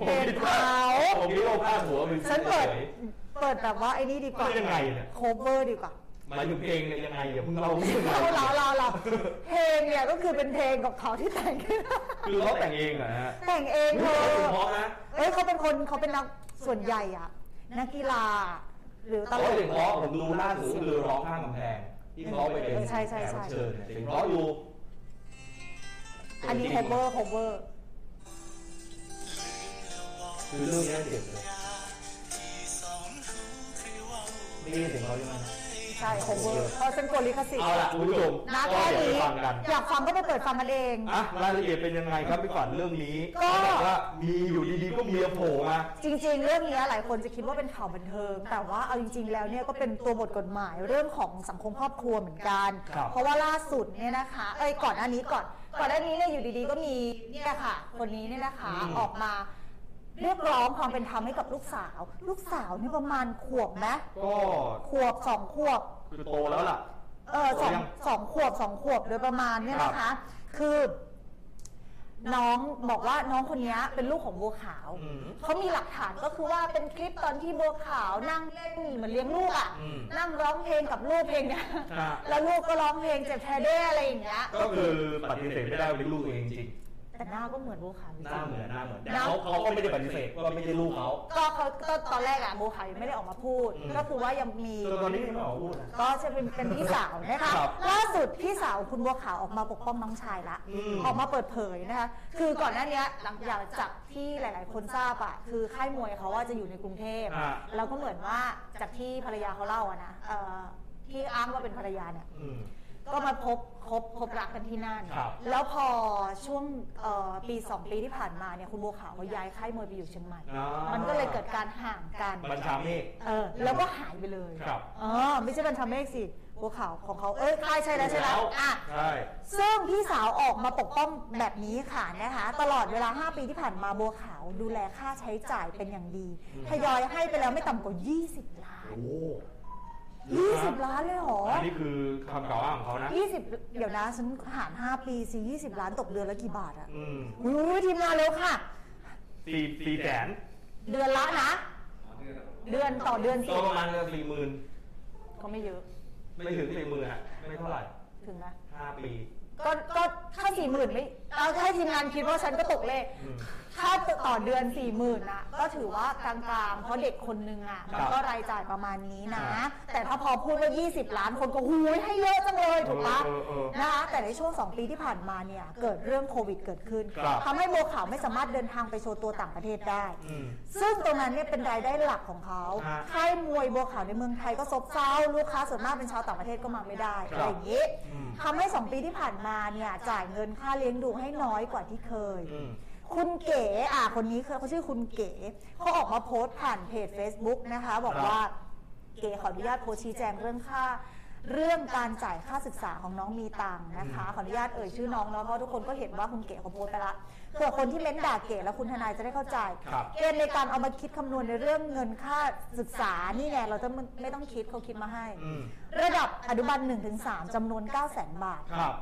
Speaker 1: เพลงเขา
Speaker 2: ผมคิดว่าพาดหัวมัน
Speaker 1: ฉันเปิด เปิดแบบว่าไอ้นี่ดีก
Speaker 2: ก็
Speaker 1: ว่า
Speaker 2: ยังไงเนี่ย
Speaker 1: โคเวอร์ดีกว่า
Speaker 2: หมายถึงเพลงเนี่ยยังไงอย่าเพิ่งเรา
Speaker 1: เราเราเราเราเพลงเนี่ยก็คือเป็นเพลงของเขาที่แต่ง ขึ้นมา
Speaker 2: คือเขาแต่งเองเหรอฮะ
Speaker 1: แต่งเองเธ
Speaker 2: เฮ้ย
Speaker 1: อ
Speaker 2: เพราะนะ
Speaker 1: เอ้ยเขาเป็นคนเขาเป็นนักส่วนใหญ่อะนักกีฬา หรือต
Speaker 2: เขา
Speaker 1: ลก
Speaker 2: เสียงเพราะผมดูล่าสุดคือร้องข้างกำแพงที่เขาไปเป็น
Speaker 1: ใช่ใช่ใช่
Speaker 2: แขกรับเชิญเนี่ยเสียงเพราะอยู่
Speaker 1: อันนี้โคเวอร์โคเวอร์
Speaker 2: คือเรื่องเนี้ยเจ็บเลยนี่เสียงเขาใช่ไหม
Speaker 1: ใช่โคเวอร์เพราะฉันกลัวลิขสิทธิ์
Speaker 2: เอาล่ะคุณผู้ชม
Speaker 1: นะ
Speaker 2: ก็
Speaker 1: แค่
Speaker 2: เดี๋ยว
Speaker 1: นี้
Speaker 2: ไปฟังกัน
Speaker 1: อยากฟังก็ไปเปิดฟังกันเอง
Speaker 2: อ่ะรายละเอียดเป็นยังไงครับพี่ขวัญเรื่องนี้
Speaker 1: ก็
Speaker 2: เขาบอกว่ามีอยู่ดีๆก็เมียโผล่มา
Speaker 1: จริง ๆ เรื่องนี้หลายคนจะคิดว่าเป็นข่าวบันเทิง แต่ว่าเอาจริง ๆ แล้วเนี่ยก็เป็นตัวบทกฎหมายเรื่องของสังคมครอบครัวเหมือนกัน เพราะว่าล่าสุดเนี่ยนะคะเอ้ยก่อนอันนี้ก่อน ก่อนอันนี้เนี่ยอยู่ดีๆ ก็มีเนี่ยค่ะ คนนี้เนี่ยนะคะออกมา เรียกร้องความเป็นธรรมให้กับลูกสาว ลูกสาวเนี่ยประมาณขวบไหม
Speaker 2: ก็
Speaker 1: ขวบสองขวบ
Speaker 2: คือโตแล้วล่ะ
Speaker 1: เออสอง
Speaker 2: ยัง
Speaker 1: สองขวบสองขวบโดยประมาณเนี่ยนะคะ คือ น้องบอกว่าน้องคนนี้เป็นลูกของบัวขาว
Speaker 2: อืม
Speaker 1: เขามีหลักฐานก็คือว่าเป็นคลิปตอนที่บัวขาวนั่งเล่นเหมือนเลี้ยงลูกอ่ะ
Speaker 2: อืม
Speaker 1: นั่งร้องเพลงกับลูกเพลงเนี่ย
Speaker 2: อ่ะ
Speaker 1: แล้วลูกก็ร้องเพลงเจ็บแทเด้อะไรอย่างเงี้ย
Speaker 2: ก็คือปฏิเสธไม่ได้ว่าเป็นลูกตัวเองจริง
Speaker 1: แต่หน้าก็เหมือนบัวขาวจริ
Speaker 2: หน้าง เหมือนหน้าเหมือนแต่
Speaker 1: หน้า
Speaker 2: เขาเขาก็ไม่ได้ปฏิเสธว่าไม่ใช่ลูกเขา
Speaker 1: ก็เขาก็ตอนแรกอ่ะบัวขาวยังไม่ได้ออกมาพูด
Speaker 2: อืม
Speaker 1: ก็คือว่ายังมี
Speaker 2: จนตอนนี้ยังไม่ออกมาพูดนะ
Speaker 1: ก็จะเป็นเป็นพี่สาวนะคะ
Speaker 2: ครับ
Speaker 1: ล่าสุดพี่สาวคุณบัวขาวออกมาปกป้องน้องชายละ
Speaker 2: อืม
Speaker 1: ออกมาเปิดเผยนะคะ คือก่อนหน้าเนี้ยหลังจากที่หลาย ๆ คนทราบอะคือค่ายมวยเขาว่าจะอยู่ในกรุงเทพ
Speaker 2: อ่า
Speaker 1: แล้วก็เหมือนว่าจากที่ภรรยาเขาเล่าอะนะเอ่อที่อ้างว่าเป็นภรรยาเนี่ย
Speaker 2: อืม
Speaker 1: ก็มาพบคบคบรักกันที่นั่น
Speaker 2: ครับ
Speaker 1: แล้วพอช่วงเอ่อปีสองปีที่ผ่านมาเนี่ยคุณบัวขาวเขาย้ายค่ายมวยไปอยู่เชียงใหม่
Speaker 2: อ่า
Speaker 1: มันก็เลยเกิดการห่างกัน
Speaker 2: บัญชาเมฆ
Speaker 1: เออแล้วก็หายไปเลย
Speaker 2: ครับ
Speaker 1: เออไม่ใช่บัญชาเมฆสิบัวขาวของเขา เอ้ยใช่ใช่แล้วใช่แล้วอ่ะ
Speaker 2: ใช่
Speaker 1: ซึ่งพี่สาวออกมาปกป้องแบบนี้ค่ะนะคะ ตลอดเวลา 5 ปีที่ผ่านมาบัวขาวดูแลค่าใช้จ่ายเป็นอย่างดีทยอยให้ไปแล้วไม่ต่ำกว่า 20 ล้าน
Speaker 2: โอ้โห
Speaker 1: 20 ล้านเลยเหรอ
Speaker 2: อันนี้คือคำกล่าวอ้างของเขานะ
Speaker 1: 20 เดี๋ยวนะฉันหาร 5 ปีสิ20 ล้านตกเดือนละกี่บาทอะ
Speaker 2: อืม
Speaker 1: อุ้ยทีมงานเร็วค่ะ
Speaker 2: สี่สี่แสน
Speaker 1: เดือนละนะ เดือนต่อเดือนสิ
Speaker 2: ก็ประมาณสี่หมื่น
Speaker 1: ก็ไม่เยอะ
Speaker 2: ไม่ถึงสี่หมื่นฮะไม่เท่าไหร่
Speaker 1: ถึงไหม
Speaker 2: ห้าปี
Speaker 1: ก็ก็ถ้าสี่หมื่นไม่เอาถ้าทีมงานคิดว่าฉันก็ตกเลข
Speaker 2: อืม
Speaker 1: ถ้าต่อเดือนสี่หมื่นอะก็ถือว่ากลางๆ เพราะเด็กคนนึงอะมันก็รายจ่ายประมาณนี้นะ
Speaker 2: ครับ
Speaker 1: แต่ถ้าพอพูดว่า 20 ล้านคนก็หูยให้เยอะจังเลยถูกปะ
Speaker 2: เออเออเออ
Speaker 1: นะคะแต่ในช่วง 2 ปีที่ผ่านมาเนี่ยเกิดเรื่องโควิดเกิดขึ้น
Speaker 2: ครับ
Speaker 1: ทำให้โบวขาวไม่สามารถเดินทางไปโชว์ตัวต่างประเทศได้
Speaker 2: อืม
Speaker 1: ซึ่งตรงนั้นเนี่ยเป็นรายได้หลักของเขา
Speaker 2: ฮะ
Speaker 1: ค่ายมวยบัวขาวในเมืองไทยก็ซบเซาลูกค้าส่วนมากเป็นชาวต่างประเทศก็มาไม่ได้อะ
Speaker 2: ครับ
Speaker 1: ไรอย่างนี้
Speaker 2: อืม
Speaker 1: ทำให้ 2 ปีที่ผ่านมาเนี่ยจ่ายเงินค่าเลี้ยงดูให้น้อยกว่าที่เคย
Speaker 2: อืม
Speaker 1: คุณเก๋อ่ะคนนี้คือเขาชื่อคุณเก๋เขาออกมาโพสต์ผ่านเพจ Facebook นะคะ บอกว่าเก๋ขออนุญาตโพสต์ชี้แจงเรื่องค่า เรื่องการจ่ายค่าศึกษาของน้องมีตังค์นะคะ ขออนุญาตเอ่ยชื่อน้องเนาะเพราะทุกคนก็เห็นว่าคุณเก๋เขาโพสต์ไปละเผื่อคนที่เม้นด่าเก๋แล้วคุณทนายจะได้เข้าใจ
Speaker 2: ครับ
Speaker 1: เกณฑ์ในการเอามาคิดคำนวณในเรื่องเงินค่าศึกษานี่ไงเราจะไม่ไม่ต้องคิดเขาคิดมาให้
Speaker 2: อืม
Speaker 1: ระดับอนุบาล1-3จำนวน 9 0 0 0 0 0 บาท
Speaker 2: ครับ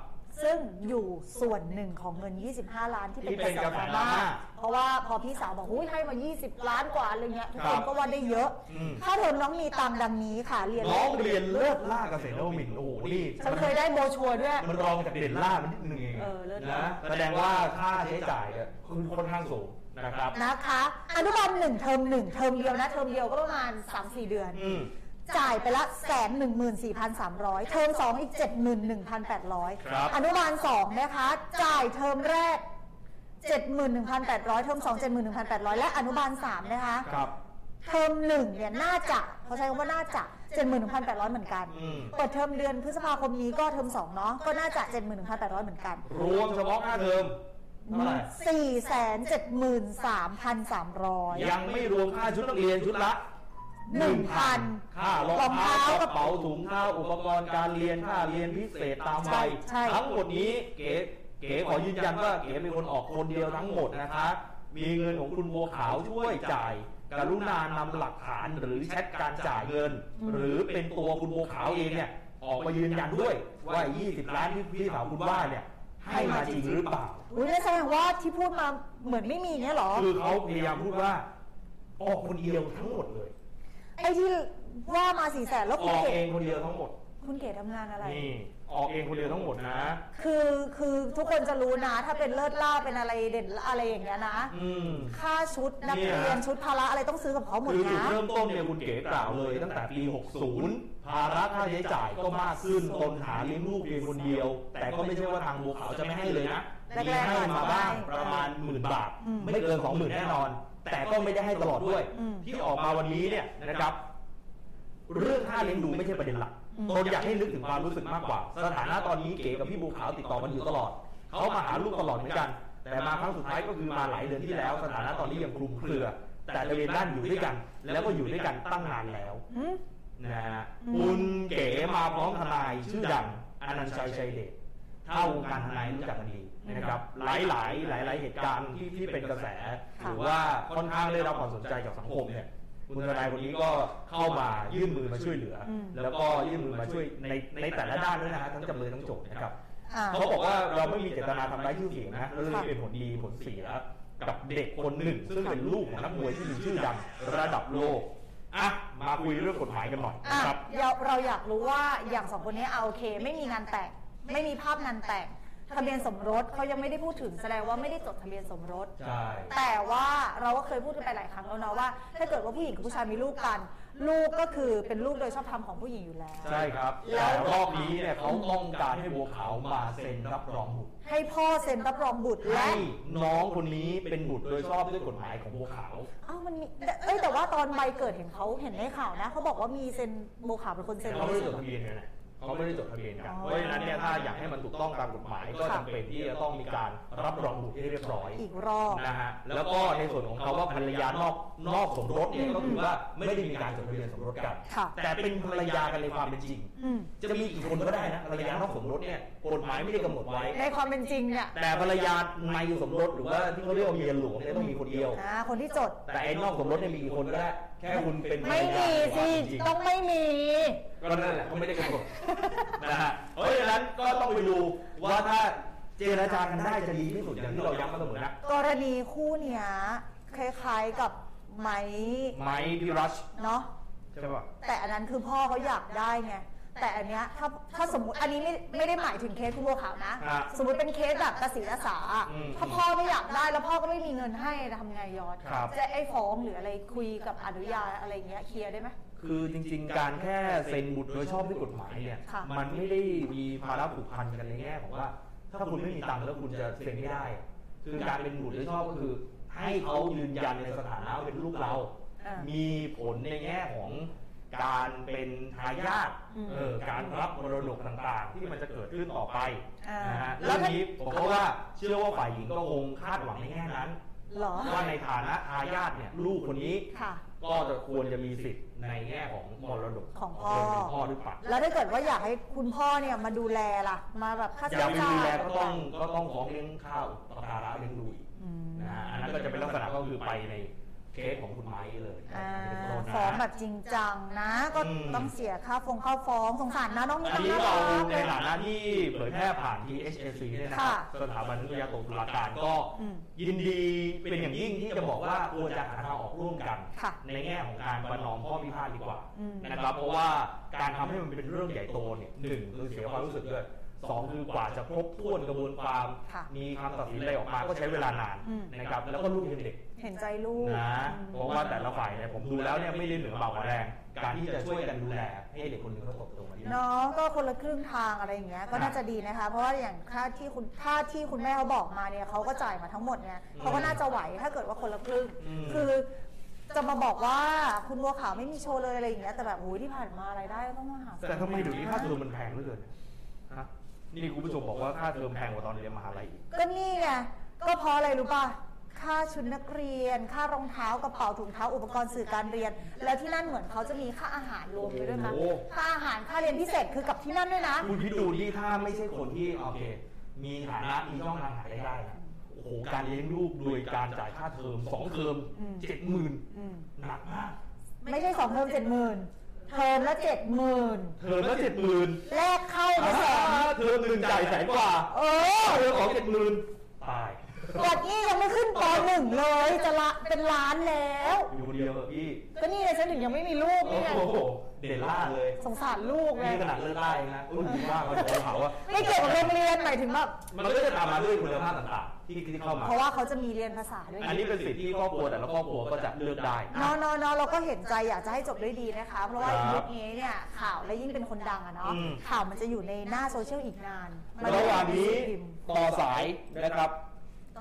Speaker 1: ซึ่งอยู่ส่วนหนึ่งของเงิน 25 ล้านที่เป็นกระแสดราม่าเพราะว่าพอพี่สาวบอกหุ้ยให้มา 20 ล้านกว่าอะไรเงี้ยทุกคนก็ว่าได้เยอะ
Speaker 2: อืม
Speaker 1: ถ้าเทอมน้องมีตังค์ดังนี้ค่ะ เรียน
Speaker 2: น้องเรียนเลิศล่าเกษตรนวมินทร์โอ้โหนี่
Speaker 1: ฉันเคยได้โบชัวร์ด้วย
Speaker 2: มันรองจากเด่นล่ามันนิดนึงเอง
Speaker 1: เออเลิศ
Speaker 2: นะ
Speaker 1: ล่า
Speaker 2: แสดงว่าค่าใช้จ่ายเนี่ยคือค่อนข้างสูงนะครับ
Speaker 1: นะคะอนุบาลหนึ่งเทอมหนึ่งเทอมเดียวนะเทอมเดียวก็ประมาณ 3-4 เดือน
Speaker 2: อืม
Speaker 1: จ่ายไปละแสนหนึ่งหมื่นสี่พันสามร้อยเทอมสองอีกเจ็ดหมื่นหนึ่งพันแปดร้อย
Speaker 2: ครับ
Speaker 1: อนุบาลสองนะคะ จ่ายเทอมแรกเจ็ดหมื่นหนึ่งพันแปดร้อยเทอมสองเจ็ดหมื่นหนึ่งพันแปดร้อยและอนุบาลสามนะคะ
Speaker 2: ครับ
Speaker 1: เทอมหนึ่งเนี่ยน่าจะเขาใช้คำว่าน่าจะเจ็ดหมื่นหนึ่งพันแปดร้อยเหมือนกัน
Speaker 2: อืม
Speaker 1: เปิดเทอมเดือนพฤษภาคมนี้ก็เทอมสองเนาะก็น่าจะเจ็ดหมื่นหนึ่งพันแปดร้อยเหมือนกัน
Speaker 2: รวมเฉพาะค่าเทอมเท่าไหร่
Speaker 1: สี่แสนเจ็ดหมื่นสามพันสามร้อย
Speaker 2: ยังไม่รวมค่าชุดนักเรียนชุดละ
Speaker 1: หนึ่งพัน
Speaker 2: ค่ารองเท้า
Speaker 1: อง
Speaker 2: ร
Speaker 1: เท้าก
Speaker 2: กระเป๋าถุงเท้าอุปกรณ์การเรียนค่าเรียนพิเศษตามวัย
Speaker 1: ใช่ใช่
Speaker 2: ทั้งหมดนี้เก๋เก๋ขอยืนยันว่าเก๋เป็นคนออกคนเดียวทั้งหมดนะคะ มีเงินของคุณบัวขาวช่วยจ่าย กรุณานำหลักฐานหรือแชทการจ่ายเงิน หรือเป็นตัวคุณบัวขาวเองเนี่ยออกมายืนยันด้วยว่า 20 ล้านที่พี่สาวคุณว่าเนี่ยให้มาจริงหรือเปล่า
Speaker 1: อุ้ยนั่นแสดงว่าที่พูดมาเหมือนไม่มีเนี่ยเหรอ
Speaker 2: คือเขาพยายามพูดว่า ออกคนเดียวทั้งหมดเลย
Speaker 1: ไอ้ที่ว่ามาสี่แสนแล้ว
Speaker 2: อ
Speaker 1: คุณ
Speaker 2: อก
Speaker 1: เก๋
Speaker 2: เองคนเดียวทั้งหมด
Speaker 1: คุณเก๋ทำงานอะไร
Speaker 2: นี่ ออกเองคนเดียวทั้งหมดนะ
Speaker 1: คือคือทุกคนจะรู้นะถ้าเป็นเลิศล่าเป็นอะไรเด่นอะไรอย่างเงี้ยนะ
Speaker 2: อืม
Speaker 1: ค่าชุดนักเรียนชุดพละอะไรต้องซื้อกับเขาหมด
Speaker 2: คือจุด
Speaker 1: นะ
Speaker 2: เริ่มต้นเนี่ยคุณเก๋กล่าวเลย ตั้งแต่ปี 60 ภาระค่าใช้จ่ายก็มากขึ้นตนหาเลี้ยงลูกเพียงคนเดียว แต่ก็ไม่ใช่ว่าทางบัวขาวจะไม่ให้เลยนะมี
Speaker 1: แรกๆ
Speaker 2: ให้มาบ้าง
Speaker 1: ก่อน
Speaker 2: ประมาณหมื่นบาท
Speaker 1: อืม
Speaker 2: ไม่เกินสองหมื่นแน่นอน แต่ก็ไม่ได้ให้ตลอดด้วย
Speaker 1: อืม
Speaker 2: ที่ออกมาวันนี้เนี่ยนะครับ เรื่องค่าเลี้ยงดูไม่ใช่ประเด็นหลัก
Speaker 1: อืม
Speaker 2: ตนอยากให้นึกถึงความรู้สึกมากกว่า สถานะตอนนี้เก๋กับพี่บัวขาวติดต่อกันอยู่ตลอด เขามาหาลูกตลอดเหมือนกัน แต่มาครั้งสุดท้ายก็คือมาหลายเดือนที่แล้ว สถานะตอนนี้ยังคลุมเครือ แต่ตะเวนด้านอยู่ด้วยกัน แล้วก็อยู่ด้วยกันตั้งนานแล้ว
Speaker 1: หืม
Speaker 2: นะฮะ
Speaker 1: อืม
Speaker 2: คุณเก๋มาพร้อมทนายชื่อดังอนันต์ชัยชัยเดชถ้าวงการทนายรู้จักกันดีนะครับ หลายหลายหลายหลายๆเหตุการณ์ที่ที่เป็นกระแส หรือว่าค่อนข้างได้รับความสนใจจากสังคมเนี่ย คุณทนายคนนี้ก็เข้ามายื่นมือมาช่วยเหลืออ
Speaker 1: ม
Speaker 2: แล้วก็ยื่นมือมาช่วยในในแต่ละด้านด้วยนะฮะทั้งจำเลยทั้งโจทย์นะครับ
Speaker 1: อ่า
Speaker 2: เขาบอกว่าเราไม่มีเจตนาทำร้ายชื่อเสียงนะเรื่องนี้เป็นผลดีผลเสียกับเด็กคนหนึ่ง ซึ่งเป็นลูกของนักมวยที่มีชื่อดังระดับโลกอ่ะมาคุยเรื่องกฎหมายกันหน่อย
Speaker 1: อ่ะ
Speaker 2: นะครับ
Speaker 1: เราเราอยากรู้ว่าอย่างสองคนนี้เอาโอเค ไม่มีงานแต่งไม่มีภาพงานแต่งทะเบียนสมรสเขายังไม่ได้พูดถึงแสดงว่าไม่ได้จดทะเบียนสมรส
Speaker 2: ใช่
Speaker 1: แต่ว่าเราก็เคยพูดกันไปหลายครั้งแล้วเนาะว่า ถ้าเกิดว่าผู้หญิงกับผู้ชายมีลูกกัน ลูกก็คือเป็นลูกโดยชอบธรรมของผู้หญิงอยู่แล้ว
Speaker 2: ใช่ครับแต่รอบนี้เนี่ยเขาต้องการให้บัวขาวมาเซ็นรับรองบุตร
Speaker 1: ให้พ่อเซ็นรับรองบุตรและ
Speaker 2: ให้น้องคนนี้เป็นบุตรโดยชอบด้วยกฎหมายของบัวขาว
Speaker 1: เอ้ามันมีแต่เอ้ยแต่ว่าตอนใบเกิดเห็นเขาเห็นในข่าวนะเขาบอกว่ามีเซ็นโบขาวเป็นคนเซ็น
Speaker 2: เขาไม่ได้จดทะเบียนกันนะเขาไม่ได้จดทะเบียนกัน เพราะฉะนั้นเนี่ยถ้าอยากให้มันถูกต้องตามกฎหมายก็
Speaker 1: ค่ะ
Speaker 2: จำเป็นที่จะต้องมีการรับรองบุตรให้เรียบร้อย
Speaker 1: อีกรอบ
Speaker 2: นะฮะแล้วก็ในส่วนของคำว่าภรรยานอกนอกสมรสเนี่ยก็คือว่าไม่ได้มีการจดทะเบียนสมรสกัน
Speaker 1: ค่ะ
Speaker 2: แต่เป็นภรรยากันในความเป็นจริง
Speaker 1: อืม
Speaker 2: จะมีกี่คนก็ได้นะภรรยานอกสมรสเนี่ยกฎหมายไม่ได้กำหนดไว้
Speaker 1: ในความเป็นจริงเนี่ย
Speaker 2: แต่ภรรยาในสมรสหรือว่าที่เขาเรียกว่าเมียหลวงเนี่ยต้องมีคนเดียว
Speaker 1: อ่าคนที่จด
Speaker 2: แต่ไอ้นอกสมรสเนี่ยมีกี่คนก็ได้แค่คุณเป็นภรร
Speaker 1: ไม่
Speaker 2: ยา
Speaker 1: มี
Speaker 2: ในความ
Speaker 1: สิ
Speaker 2: เป็นจริง
Speaker 1: ต้องไม่มี
Speaker 2: ก็นั่นแหละก็ไม่ได้กำหนด นะฮะเพราะฉะนั้นก็ต้องไปดูว่าถ้าเจรจากันได้จะดีที่สุดอย่างที่เราย้ำมาเสมอนะ
Speaker 1: กรณีคู่เนี้ยคล้ายๆกับไหม
Speaker 2: ไมค์พิรัช
Speaker 1: เนาะ
Speaker 2: ใช่ป่ะ
Speaker 1: แต่อันนั้นคือพ่อเขาอยากได้ไง แต่อันเนี้ยถ้าถ้าสมมติอันนี้ไม่ไม่ได้หมายถึงเคสคุณโบวขาวนะ
Speaker 2: ครับ
Speaker 1: สมมติเป็นเคสแบบกระสีกระสาอะ
Speaker 2: อืม
Speaker 1: ถ้าพ่อไม่อยากได้แล้วพ่อก็ไม่มีเงินให้ทำไงยอด
Speaker 2: ครับ
Speaker 1: จะไอ้ฟ้องหรืออะไรคุยกับอนุญาอะไรเงี้ยเคลียร์ได้ไหม
Speaker 2: คือจริง ๆ การแค่เซ็นบุตรโดยชอบด้วยกฎหมายเนี่ย
Speaker 1: ค่ะ
Speaker 2: มันไม่ได้มีภาระผูกพันกันในแง่ของว่า ถ้าคุณไม่มีตังค์แล้วคุณจะเซ็นไม่ได้อะคือการเป็นบุตรโดยชอบก็คือ ให้เขายืนยันในสถานะว่าเป็นลูกเรา
Speaker 1: อ่ามี
Speaker 2: มีผลในแง่ของการเป็นทายาท
Speaker 1: อืม
Speaker 2: เออการรับมรดกต่างๆ ที่มันจะเกิดขึ้นต่อไป
Speaker 1: อ่า
Speaker 2: นะฮะ
Speaker 1: แล้ว
Speaker 2: เรื่อง
Speaker 1: ถ้า
Speaker 2: นี้ผมก็ว่าเชื่อว่าฝ่ายหญิงก็คงคาดหวังในแง่นั้น
Speaker 1: เหรอ
Speaker 2: ว่าในฐานะทายาทเนี่ยลูกคนนี้
Speaker 1: ค่ะ
Speaker 2: ก็จะควรจะมีสิทธิ์ในแง่ของมรดก
Speaker 1: ของพ่อ
Speaker 2: เเป็นพ่อหรือเปล่า
Speaker 1: แล้วถ้าเกิดว่าอยากให้คุณพ่อเนี่ยมาดูแลล่ะ มาแบบค่า
Speaker 2: อ
Speaker 1: ใช้
Speaker 2: ย่าไป
Speaker 1: จ่า
Speaker 2: ดูแล
Speaker 1: ย
Speaker 2: ก็ต้องก็ต้องฟ้องเลี้ยงข้าวปะการะเลี้ยงดูอีก
Speaker 1: อืม
Speaker 2: นะฮะอันนั้นก็จะเป็นลักษณะก็คือไปใน เคสของคุณไม้เลย
Speaker 1: อ่า
Speaker 2: เป็นต้นนะ
Speaker 1: ฟ้องแบบจริงจังนะ ก็
Speaker 2: อืม
Speaker 1: ต้องเสียค่าฟงค่าฟ้องสงสารนะน้อง
Speaker 2: อัน
Speaker 1: ต้อง
Speaker 2: นี้
Speaker 1: น่า
Speaker 2: เรา
Speaker 1: รัก
Speaker 2: ใน
Speaker 1: เลย
Speaker 2: ฐานะที่เผยแพร่ผ่าน THAC เนี่ยนะครั
Speaker 1: ค่ะ
Speaker 2: บสถาบันวิทยาตุลาการก็
Speaker 1: อืม
Speaker 2: ยินดีเป็นอย่างยิ่งที่จะบอกว่าควรจะหาทางออกร่วมกัน
Speaker 1: ค่ะ
Speaker 2: ในแง่ของการประนอมข้อพิพาทดีกว่า
Speaker 1: อืม
Speaker 2: นะครับเพราะว่าการทำให้มันเป็นเรื่องใหญ่โตเนี่ยหนึ่งคือเสียความรู้สึกด้วยสองคือกว่าจะครบถ้วนกระบวนความ
Speaker 1: ค่ะ
Speaker 2: มีคำตัดสินอะไรออกมาก็ใช้เวลานาน
Speaker 1: อืม
Speaker 2: นะครับแล้วก็ลูกเป็นเด็ก
Speaker 1: เห็นใจลูก
Speaker 2: นะ
Speaker 1: อืม
Speaker 2: เพราะว่าแต่ละฝ่ายเนี่ยผมดูแล้วเนี่ยไม่ได้เหนือเบากว่าแรง การที่จะช่วยกันดูแลให้เด็กคนหนึงเขาโตโตมาดี
Speaker 1: เนาะก็คนละครึ่งทางอะไรอย่างเงี้ยก็น่าจะดีนะคะ เพราะว่าอย่างถ้าที่คุณถ้าที่คุณแม่เขาบอกมาเนี่ยเขาก็จ่ายมาทั้งหมดเนี่ยเขาก็น่าจะไหวถ้าเกิดว่าคนละครึ่ง
Speaker 2: อืม
Speaker 1: คือจะมาบอกว่าคุณบัวขาวไม่มีโชว์เลยอะไรอย่างเงี้ยแต่แบบโอ้ยที่ผ่านมารายได้ก็ต้องมาหา
Speaker 2: แต่ทำไมเดี๋ยวนี้ค่าเทอมมันแพงเหลือเกินฮะนี่คุณผู้ชมบอกว่าค่าเทอมแพงกว่าตอนเรียนมหาลัยอีก
Speaker 1: ก็นี่ไงก็เพราะอะไรรู้ป่ะค่าชุดนักเรียน ค่ารองเท้ากระเป๋าถุงเท้าอุปกรณ์สื่อการเรียน แล้วที่นั่นเหมือนเขาจะมีค่าอาหารรวมไปด้วยมั้ย
Speaker 2: โอ้โห
Speaker 1: ค่าอาหารค่าเรียนพิเศษคือกับที่นั่นด้วยนะ
Speaker 2: คุณคิดดูที่ถ้าไม่ใช่คนที่โอเค มีฐานะมีช่องทางหารายได้นะโอ้โหการเลี้ยงลูกโดยการจ่ายค่าเทอมสองเทอม
Speaker 1: อืม
Speaker 2: เจ็ดหมื่น
Speaker 1: อืม
Speaker 2: หนักมาก
Speaker 1: ไม่ใช่สองเทอมเจ็ดหมื่นเทอมละเจ็ดหมื่น
Speaker 2: เทอมละเจ็ดหมื่น
Speaker 1: แลกเข้าไปแสน
Speaker 2: เทอมหนึ่งจ่ายแสนกว่า
Speaker 1: เออ
Speaker 2: เทอมของเจ็ดหมื่นตาย
Speaker 1: กดนี่ยังไม่ขึ้นปหนึ่งเลย จะละเป็นล้านแล้ว
Speaker 2: อยู่คนเดียวเหอะพี่
Speaker 1: ก็นี่ไงฉันถึงยังไม่มีลูก
Speaker 2: โอ้
Speaker 1: นี่ไง
Speaker 2: โห เด่นล่าเลย
Speaker 1: สงสารลูกไง
Speaker 2: นี่ขนาดเลือดได้นะอุ้ยดีมากเลยเขาเผาอ่ะ
Speaker 1: ไม่เกี่ยวกับโรงเรียนหมายถึงแบบ
Speaker 2: มันก็จะตามมาด้วยคุณภาพต่างๆ ที่ที่เข้ามา
Speaker 1: เพราะว่าเขาจะมีเรียนภาษาด้วยไง
Speaker 2: อันนี้เป็นสิ่งที่ครอบครัวแต่ละครอบครัวก็จะเลือกได้
Speaker 1: เนอะเนอะเนอะเราก็เห็นใจอยากจะให้จบด้วยดีนะคะ เพราะว่า
Speaker 2: ครับ
Speaker 1: ยุคนี้เนี่ยข่าวและยิ่งเป็นคนดังอะเนาะ
Speaker 2: อืม
Speaker 1: ข่าวมันจะอยู่ในหน้าโซเชียลอีกนานมัน
Speaker 2: ระหว่างนี้
Speaker 1: ไม่ได้อยู่ในพิมพ์
Speaker 2: ต่อสายนะครับ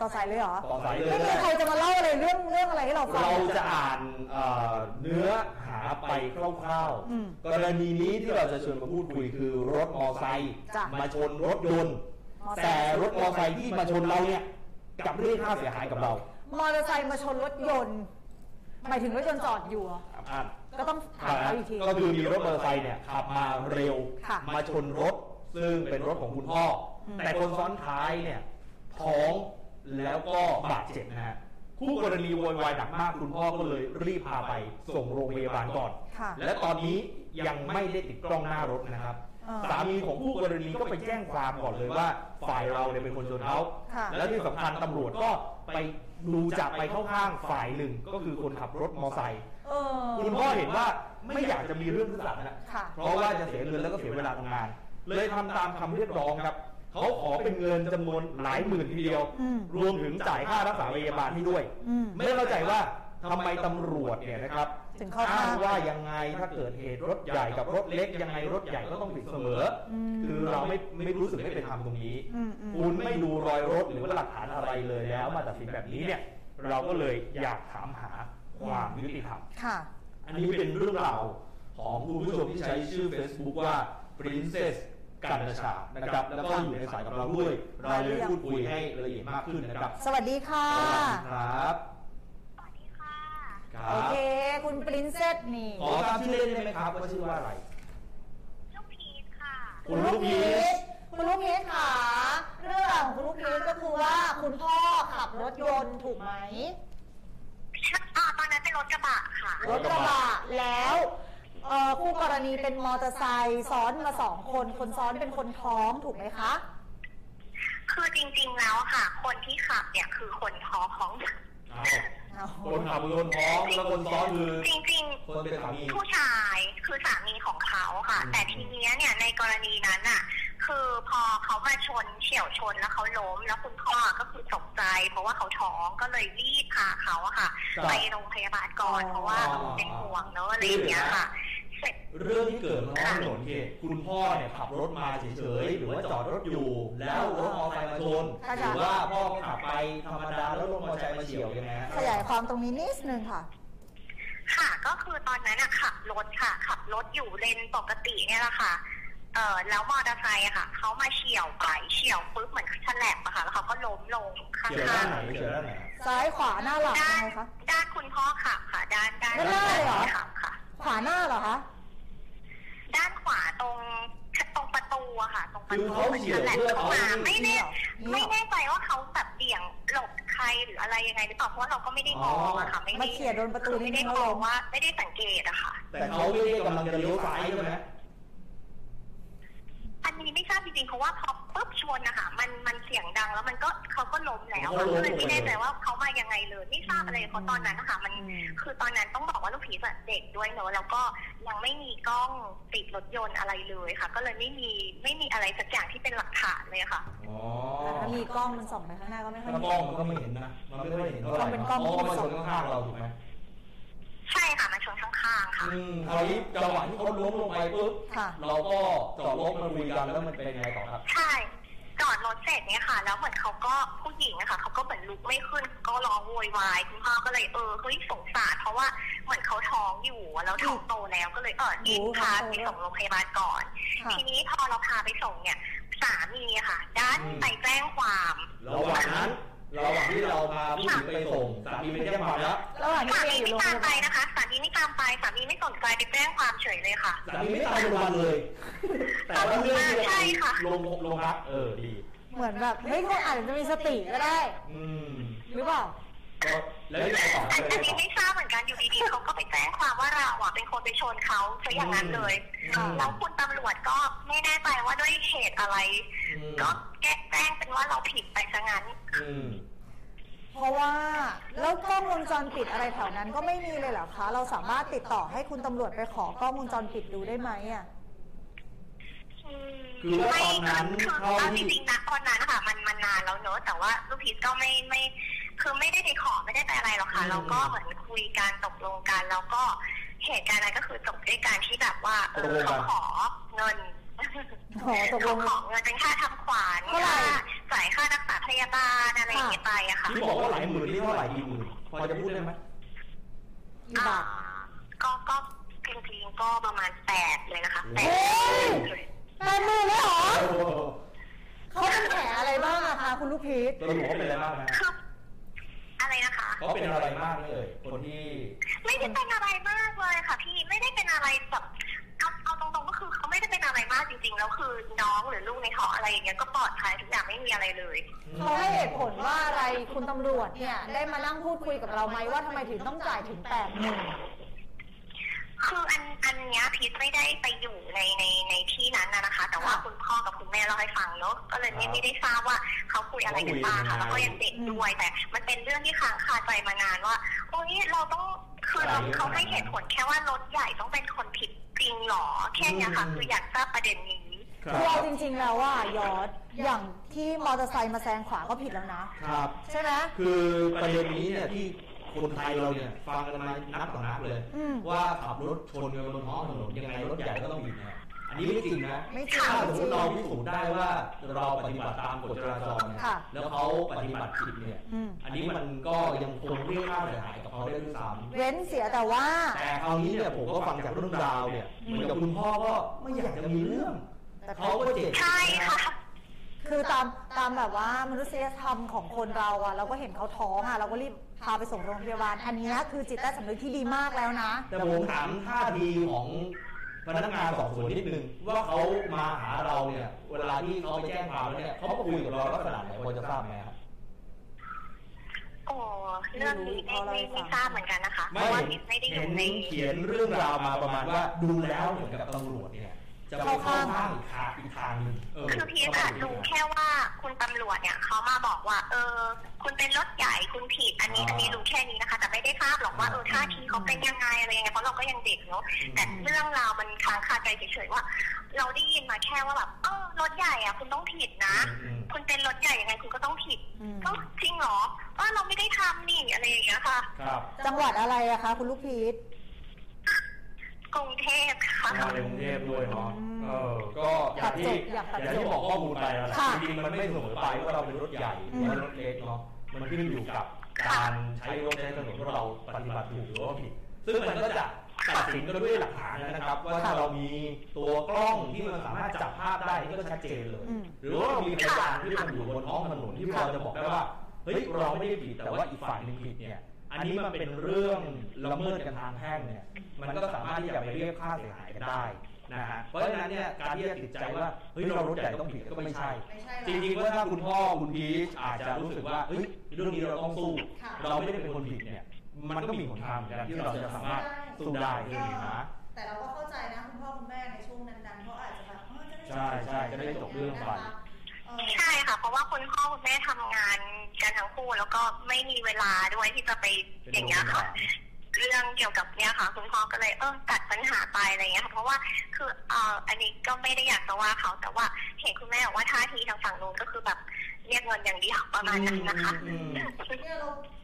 Speaker 1: ต่อสายเลยเหรอ
Speaker 2: ต่อสายเลย
Speaker 1: ไม่มีใครจะมาเล่าอะไรเรื่องเรื่องอะไรให้เราฟัง
Speaker 2: เราจะอ่านเอ่อเนื้อหาไปคร่าว
Speaker 1: อืม
Speaker 2: ๆ กรณีนี้ที่เราจะชวนมาพูดคุยคือรถมอไซค์
Speaker 1: จ้ะ
Speaker 2: มาชนรถยนต์
Speaker 1: มอเตอร์ไซ
Speaker 2: แต่
Speaker 1: ค์
Speaker 2: รถมอไซค์ที่มาชนเราเนี่ยกลับเรียกค่าเสียหายกับเรา
Speaker 1: มอเตอร์ไซค์มาชนรถยนต์ หมายถึงรถยนต์จอดอยู่อะ
Speaker 2: อ่าน
Speaker 1: ก็ต้องถามเขาอีกที
Speaker 2: ก็คือมีรถมอเตอร์ไซค์เนี่ยขับมาเร็ว
Speaker 1: ค่ะ
Speaker 2: มาชนรถ ซึ่งเป็นรถของคุณพ่ออ
Speaker 1: ม
Speaker 2: แต่คนซ้อนท้ายเนี่ย ท้องแล้วก็บาดเจ็บนะฮะคู่กรณีโวยวายหนักมากคุณพ่อก็เลยรีบพาไปส่งโรงพยาบาลก่อน
Speaker 1: ค่ะ
Speaker 2: และตอนนี้ยังไม่ได้ติดกล้องหน้ารถนะครับ
Speaker 1: อ่า
Speaker 2: สามีของคู่กรณีก็ไปแจ้งความก่อนเลยว่าฝ่ายเราเนี่ยเป็นคนชนเขา
Speaker 1: ค่ะ
Speaker 2: แล้วที่สำคัญตำรวจก็ไปดูจะไปเข้าข้างฝ่ายหนึ่งก็คือคนขับรถมอไซค์
Speaker 1: เออ
Speaker 2: คุณพ่อเห็นว่าไม่อยากจะมีเรื่องขึ้นศาลนะ
Speaker 1: ค่ะ
Speaker 2: เพราะว่าจะเสียเงินแล้วก็เสียเวลาทำงาน เลยทำตามคำเรียกร้องครับ เขาขอเป็นเงินจำนวนหลายหมื่นทีเดียว
Speaker 1: อืม
Speaker 2: รวมถึงจ่ายค่ารักษาพยาบาลให้ด้วย
Speaker 1: อืม
Speaker 2: ไม่เข้าใจว่าทำไมตำรวจเนี่ยนะครับ
Speaker 1: ถึงเข้า
Speaker 2: อ้า
Speaker 1: ข้าง ง
Speaker 2: ว่ายังไงถ้าเกิดเหตุรถใหญ่กับรถเล็กยังไงรถใหญ่ก็ต้องผิดเสมอ
Speaker 1: อืม
Speaker 2: คือเราไม่ไม่รู้สึกไม่เป็นธรรมตรงนี้
Speaker 1: อืมอืม
Speaker 2: คุณไม่ดูรอยรถหรือว่าหลักฐานอะไรเลยแล้ว มาตัดสินแบบนี้เนี่ย เราก็เลยอยากถามหาความยุติธรรม
Speaker 1: ค่ะ
Speaker 2: อันนี้เป็นเรื่องราวของคุณผู้ชมที่ใช้ชื่อ Facebook ว่า Princess กันชานะครับ แล้วก็อยู่ในสายกับเราด้วย เราเลยพูดคุยให้ละเอียดมากขึ้นนะครับ
Speaker 1: สวัสดีค่ะ
Speaker 2: สวัสดีครับค
Speaker 1: โอ
Speaker 2: รับ
Speaker 1: เค คุณปรินเซสนี่
Speaker 2: ขอทราบชื่อเล่นได้ไหมครับว่าชื่อว่าอะไร
Speaker 4: ลูกพีชค่ะ
Speaker 2: คุณลูกพีช
Speaker 1: คุณลูกพีชค่ะ เรื่องของคุณลูกพีชก็คือว่าคุณพ่อขับรถยนต์ถูกไหม
Speaker 4: อ่าตอนนั้นเป็นรถกระบะค่ะ
Speaker 1: รถกระบะแล้วเอ่อคู่กรณีเป็นมอเตอร์ไซค์ซ้อนมาสองคน คนซ้อนเป็นคนท้องถูกไหมคะ
Speaker 4: คือจริงๆแล้วค่ะ คนที่ขับเนี่ยคือคนท้องของ
Speaker 2: อ้าวคนขับคือคนท้องแล้วคนซ้อนคือ
Speaker 4: จริง
Speaker 2: คนเป็นสามี
Speaker 4: ๆ ผู้ชายคือสามีของเขาค่ะ
Speaker 2: อืม
Speaker 4: แต่ทีเนี้ยเนี่ยในกรณีนั้นอ่ะ คือพอเขามาชนเฉี่ยวชนแล้วเขาล้ม แล้วคุณพ่อก็คือตกใจ เพราะว่าเขาท้องก็เลยรีบพาเขาอะค่ะ
Speaker 2: ครับ
Speaker 4: ไปโรงพยาบาลก่อนเพราะว่า
Speaker 2: อ๋อ
Speaker 4: เป็นห่วงเนอะอะไรอย่างเงี้ยค่ะ เสร็จ
Speaker 2: เรื่องที่เกิดบนท้องถนนเนี่ยคุณพ่อเนี่ยขับรถมาเฉยๆ หรือว่าจอดรถอยู่ แล้วรถมอเตอร์ไซค์มาชน
Speaker 1: ค่ะค่ะ
Speaker 2: หรือว่าพ่อขับไปธรรมดาแล้วรถมอเตอร์ไซค์มาเฉี่ยวยังไงฮะ
Speaker 1: ขยายความตรงนี้นิดนึงค่ะ
Speaker 4: ค่ะก็คือตอนนั้นอะขับรถค่ะ ขับรถอยู่เลนปกติเนี่ยแหละค่ะเออแล้วมอเตอร์ไซค์อะค่ะเขามาเฉี่ยวไปเฉี่ยวปุ๊บเหมือนฉลับอะค่ะแล้วเขาก็ล้มลงข้าง
Speaker 2: เฉี่ยวด้านไหนเฉี่ยวด้านไหน
Speaker 1: ซ้ายขวาหน้าหลังยังไงคะ
Speaker 4: ด้านคุณพ่อขับค่ะ ด้านด้าน
Speaker 1: ด้านหน้าเลยเหรอ
Speaker 4: คุณพ่ขับค่ะ
Speaker 1: ขวาหน้าเหรอคะ
Speaker 4: ด้านขวาตรงตรงประตูอะค่ะ ค่ะตรงประ
Speaker 2: คื
Speaker 4: ตู
Speaker 2: อเขา
Speaker 4: เหมือน
Speaker 2: เฉีย
Speaker 4: ฉ
Speaker 2: ว
Speaker 4: ลับ
Speaker 2: เพื่อ
Speaker 4: เข้า
Speaker 2: เขา
Speaker 4: มา
Speaker 2: ให้
Speaker 4: ไม่แน่
Speaker 1: นี่เหรอ
Speaker 4: ไม่แน่ใจว่าเขาแบบเบี่ยงหลบใครหรืออะไรยังไงหรือเปล่าเพราะว่าเราก็ไม่ได้มองอะค่ะ ไม่
Speaker 1: มา
Speaker 4: ได้
Speaker 1: เขี่ยโดนประตู
Speaker 4: คือ
Speaker 1: นิ
Speaker 4: ไม่
Speaker 1: ดนึง
Speaker 4: ได้ม
Speaker 1: แล้ว
Speaker 4: อ
Speaker 1: ล
Speaker 4: ง
Speaker 1: ง
Speaker 4: ว่าไม่ได้สังเกตอะค่ะ
Speaker 2: แต่เขาไม่ได้กำลังจะเลี้ยวซ้ายใช่ไหม
Speaker 4: อันนี้ไม่ทราบจริงๆเพราะว่าพอปุ๊บชนนะคะมันมันเสียงดังแล้วมันก็เขาก็ล้มแล้วอะ
Speaker 2: เขาล้ม
Speaker 4: ก็เลยไม่แน่ใจว่าเขามายังไงเลยไม่ทราบอะไรเพราะตอนนั้นนะคะมัน
Speaker 1: อืม
Speaker 4: คือตอนนั้นต้องบอกว่าลูกผีแบบเด็กด้วยเนอะแล้วก็ยังไม่มีกล้องติดรถยนต์อะไรเลยค่ะ ก็เลยไม่มีไม่มีอะไรสักอย่างที่เป็นหลักฐานเลยค่ะ
Speaker 2: อ๋อ
Speaker 1: แต่ถ้ามีกล้องมันส่องไปข้างหน้าก็ไม่ค่อย
Speaker 2: ถ้า
Speaker 1: มี
Speaker 2: กล้องมันก็ไม่เห็นนะ มันไม่ค่อยเห็นเท่าไหร่
Speaker 1: มันเป็นกล้อง
Speaker 2: เพราะว่ามันชนข้างๆเราถูกไหม
Speaker 4: ใช่ค่ะมาชนข้างๆค่ะ
Speaker 2: อืมคราวนี้จังหวะที่เขาล้มลงไปปุ๊บ
Speaker 1: ค่ะ
Speaker 2: เราก็จอดรถมาคุยกันแล้วมันเป็นยังไงต่อครับ
Speaker 4: ใช่จอดรถเสร็จเนี่ยค่ะ แล้วเหมือนเขาก็ผู้หญิงอะค่ะเขาก็เหมือนลุกไม่ขึ้นก็ร้องโวยวายคุณพ่อก็เลยเออเฮ้ยสงสารเพราะว่าเหมือนเขาท้องอยู่อะแล้วท้องโตแล้วก็เลยเออเอ็นพาไปส่งโรงพยาบาลก่อน
Speaker 1: ค่ะ
Speaker 4: ทีนี้พอเราพาไปส่งเนี่ยสามีอะค่ะด้าน
Speaker 2: อืม
Speaker 4: ไปแจ้งความ
Speaker 2: ระหว่างนั้นระหว่างที่เราพาผู้หญิงไปส่งสามีไปแจ้งความแล้ว
Speaker 1: ระหว่างที่
Speaker 4: สา
Speaker 1: เรีย
Speaker 4: มี
Speaker 1: นอยู่
Speaker 4: ไม่
Speaker 1: โรงพ
Speaker 4: ตาม
Speaker 1: ยา
Speaker 4: ไป
Speaker 1: บาล
Speaker 4: นะคะ สามีไม่ตามไป สามีไม่สนใจไปแจ้งความเฉยเลยค่ะ
Speaker 2: สามีไม่ตามโรงพยาบาลเลย แต่ว่าเรื่องที่
Speaker 4: ใช่ค่ะ
Speaker 2: ลงลงพักเออดี
Speaker 1: เหมือนแบบเฮ้ยเขาอาจจะมีสติก็ได้
Speaker 2: อืม
Speaker 1: หรือเปล่า
Speaker 2: ก็แล้วยังไงต่อ
Speaker 4: อัน
Speaker 2: แล้ว
Speaker 4: อั
Speaker 2: ยัง
Speaker 4: น
Speaker 2: ไงต่อ
Speaker 4: นี้ไม่ทราบเหมือนกันอยู่ดีๆเขาก็ไปแจ้งความว่าเราอ่ะเป็นคนไปชนเขาซะอย่างนั้นเลย
Speaker 2: อืม
Speaker 4: แล้วคุณตำรวจก็ไม่แน่ใจว่าด้วยเหตุอะไร
Speaker 2: อืม
Speaker 4: ก็แก้แจ้งเป็นว่าเราผิดไปซะงั้น
Speaker 2: อืม
Speaker 1: เพราะว่าแล้วกล้องวงจรปิดอะไรแถวนั้นก็ไม่มีเลยเหรอคะ เราสามารถติดต่อให้คุณตำรวจไปขอกล้องวงจรปิดดูได้ไหมอ่ะ
Speaker 2: คือว่าตอนนั้น
Speaker 4: ไม่คือ
Speaker 2: เท่า
Speaker 4: เอาจ
Speaker 2: ที่
Speaker 4: ริงๆนะตอนนั้นนะคะมันมันนานแล้วเนอะแต่ว่าลูกพีชก็ไม่ไม่ คือไม่ได้ไปขอไม่ได้ไปอะไรหรอกค่ะ
Speaker 2: อืม
Speaker 4: เราก็เหมือนคุยกันตกลงกันแล้วก็เหตุการณ์นั้นก็คือจบด้วยการที่แบบว่าเอ
Speaker 2: ตก
Speaker 4: อ
Speaker 2: ลงกัน
Speaker 4: เขาขอเงิน
Speaker 1: ขอตกลง
Speaker 4: เขาขอเงินเป็นค่าทำขวัญ
Speaker 1: เท่าไหร่
Speaker 4: ค่าจ่ายค่ารักษาพยาบาลอะไรอย่างเงี้ยไปอะค่ะ
Speaker 2: ที่บอกว่าหลายหมื่นนี่เท่าไหร่กี่หมื่นพอจะพูดได้ไหม
Speaker 1: กี่บาท
Speaker 4: อ่าก็ก็จริงๆก็ประมาณแปดเลยนะคะแปด
Speaker 1: เฮ้ย แปดหมื่นเลยเหรอ
Speaker 2: โอ้โห
Speaker 1: เขาเป็นแผลอะไรบ้างอะคะคุณลูกพีช
Speaker 2: สรุปเขาเป็นอะไรมากไหม
Speaker 4: คืออะไรนะคะ
Speaker 2: เขาเป็นอะไรมากไหมเลยคนที่
Speaker 4: ไม่ได้เป็นอะไรมากเลยค่ะ พี่ไม่ได้เป็นอะไรแบบเอาเอาตรงๆก็คือเขาไม่ได้เป็นอะไรมากจริงๆแล้วคือน้องหรือลูกในท้องอะไรอย่างเงี้ยก็ปลอดภัยทุกอย่างไม่มีอะไรเลย
Speaker 1: เขาให้เหตุผลว่าอะไรคุณตำรวจเนี่ย ได้มานั่งพูดคุยกับเราไหมว่าทำไมถึงต้องจ่ายถึงแปดหมื่น
Speaker 4: คืออันอันเนี้ยพีทไม่ได้ไปอยู่ในในในที่นั้นนะนะคะ แต่ว่า
Speaker 1: ค่ะ
Speaker 4: คุณพ่อกับคุณแม่เล่าให้ฟังเนอะก็เลยไม่ไม่ได้ทราบว่าเขาคุยอะไรกันบ้างค่ะแล้วก็ยังเด็กด้วยแต่ มันเป็นเรื่องที่ค้างคาใจมานานว่าโอ้ยเราต้องคือเราเขาให้เหตุผลแค่ว่ารถใหญ่ต้องเป็นคนผิดจริงหรอแค่เนี้ยค่ะ คืออยากทราบประเด็นนี้
Speaker 2: ค
Speaker 1: คือ
Speaker 2: รั
Speaker 1: เอา
Speaker 2: บ
Speaker 1: จริงๆแล้วว่ายอดอย่างที่มอเตอร์ไซค์มาแซงขวาก็ผิดแล้วนะ
Speaker 2: ครับ
Speaker 1: ใช่ไหม
Speaker 2: คือประเด็นนี้เนี่ยที่คนไทยเราเนี่ย ฟังกันมานักต่อนักเลย
Speaker 1: อืม
Speaker 2: ว่าขับรถชนกันบนท้องถนนยังไงรถใหญ่ก็ต้องบิดนะอันนี้ไม่จริงนะ
Speaker 1: ไม่จริง
Speaker 2: ถ้าส
Speaker 1: ไม่
Speaker 2: มม
Speaker 1: จริ
Speaker 2: ติ
Speaker 1: ง
Speaker 2: เราพิสูจน์ได้ว่าเราปฏิบัติตามกฎจราจรเนี่ย
Speaker 1: ค่ะ
Speaker 2: แล้วเขาปฏิบัติผิดเนี่ย
Speaker 1: อืม
Speaker 2: อันนี้มันก็ยังคงเรียกค่าเสียหายกับเขาได้ด้วยซ้ำ
Speaker 1: เว้นเสียแต่ว่า
Speaker 2: แต่คราวนี้เนี่ยผมก็ฟังจากเรื่องราวเนี่ย
Speaker 1: อืม
Speaker 2: เหมือนกับคุณพ่อก็ไม่อยากจะมีเรื่อง
Speaker 1: แต่
Speaker 2: เขาก็เจ็บ
Speaker 4: ใช่ค่ะ
Speaker 1: คือตามตามแบบว่ามนุษยธรรมของคนเราอะเราก็เห็นเขาท้องอะเราก็รีบพาไปส่งโรงพยาบาล อันเนี้ยคือจิตใต้สำนึกที่ดีมากแล้วนะ
Speaker 2: แต่ผมถามท่าทีของพนักงานสอบสวนนิดนึงว่าเขามาหาเราเนี่ย เวลาที่เขาไปแจ้งความแล้วเนี่ยเขาคุยกับเราลักษณะไหนพอจะทราบไหมครับ
Speaker 4: โอ้เรื่องนี้ไม่ไม่ไม่ทราบเหมือนกันนะคะเพ
Speaker 2: ไม่
Speaker 4: ราะว่า
Speaker 2: เห็น
Speaker 4: พิษไม่ได้อ
Speaker 2: เห็
Speaker 4: ยู่
Speaker 2: น
Speaker 4: ใน
Speaker 2: เขียนเรื่องราวมาประมาณว่าดูแล้วเหมือนกับตำรวจเนี่ยจะไปเข้าข้างอีกทางอีกทางหนึ่งเ
Speaker 4: คือพีทอะรู้แค่ว่าคุณตำรวจเนี่ยเขามาบอกว่า เออ คุณเป็นรถใหญ่คุณผิดอันนี้
Speaker 2: อ่า
Speaker 4: อันนี้รู้แค่นี้นะคะ แต่ไม่ได้ทราบหรอกว่าเออท่าทีเขาเป็นยังไงอะไรยังไงเพราะเราก็ยังเด็กเนอะแต่เรื่องราวมันค้างคาใจเฉยๆว่า เราได้ยินมาแค่ว่าแบบเออรถใหญ่อะคุณต้องผิดนะ
Speaker 2: อืม
Speaker 4: คุณเป็นรถใหญ่ยังไงคุณก็ต้องผิด
Speaker 1: อืม
Speaker 4: ก็จริงเหรอว่าเราไม่ได้ทำนี่อะไรอย่างเงี้ยค่ะ
Speaker 2: ครับ
Speaker 1: จังหวัดอะไรอะคะคุณลูกพีช
Speaker 4: กรุงเทพค่ะ
Speaker 2: มาในกรุงเทพด้วยเนาะ
Speaker 1: อืม
Speaker 2: เออ ก็อย่างที่
Speaker 1: อยากตัดจบ
Speaker 2: อย่างที่บอกข้อมูลไปแล้วล่ะ
Speaker 1: ค่ะ
Speaker 2: จริงๆมันไม่เสมอไปว่าเราเป็นรถใหญ่ห
Speaker 1: อื
Speaker 2: รือ
Speaker 1: ม
Speaker 2: ว่ารถเล็กเนาะ มันขึ้นอยู่กับการใช้รถใช้ถนนว่าเราปฏิบัติถูกหรือว่าผิด ซึ่งมันก็จะตัดสินกันด้วยหลักฐานนะครับ ว่าถ้าเรามีตัวกล้องที่มันสามารถจับภาพได้นี่ก็ชัดเจนเลย
Speaker 1: อืม
Speaker 2: หรือว่าเรามีพยานที่มันอยู่บนท้องถนนที่เราจะบอกได้ว่า เฮ้ยเราไม่ได้ผิดแต่ว่าอีกฝ่ายหนึ่งผิดเนี่ย อันนี้มันเป็นเรื่องละเมิดกันทางแพ่งเนี่ย มันก็สามารถที่จะไปเรียกค่าเสียหายกันได้ นะฮะเพราะฉะนั้นเนี่ยการที่จะติดใจว่าเฮ้ยเรารถใหญ่ต้องผิดก็ไม่ใช่
Speaker 5: ไม่ใช่
Speaker 2: จริงๆว่าถ้าคุณพ่อคุณพีชอาจจะรู้สึกว่าเฮ้ยเรื่องนี้เราต้องสู้
Speaker 5: ค่ะ
Speaker 2: เราไม่ได้เป็นคนผิดเนี่ยมันก็มีหนทางเหมือนกันที่เราจะสามารถสู้ได้เรื่องนี้นะ
Speaker 5: แต่เราก็เข้าใจนะคุณพ่อคุณแม่ในช่วงนั้นๆเพราะอาจจะแบบเออจะได้
Speaker 2: ใช่ใช่จะได้จบเรื่องไป
Speaker 5: เออ
Speaker 4: ใช่ค่ะ เพราะว่าคุณพ่อคุณแม่ทำงานกันทั้งคู่แล้วก็ไม่มีเวลาด้วยที่จะไป
Speaker 2: เป็น
Speaker 4: อย่างเงี้ย
Speaker 2: โรงพ
Speaker 4: ค่ะ
Speaker 2: ยาบาล
Speaker 4: เรื่องเกี่ยวกับเนี้ยค่ะ คุณพ่อก็เลยเออตัดปัญหาไปอะไรเงี้ยค่ะเพราะว่าคือเอ่ออันนี้ก็ไม่ได้อยากจะว่าเขาแต่ว่าเห็นคุณแม่บอกว่าท่าทีทางฝั่งนู้นก็คือแบบเรียกเงินอย่างเดียวประมาณนั้นนะคะ
Speaker 2: อืมอืม
Speaker 5: เนี่ย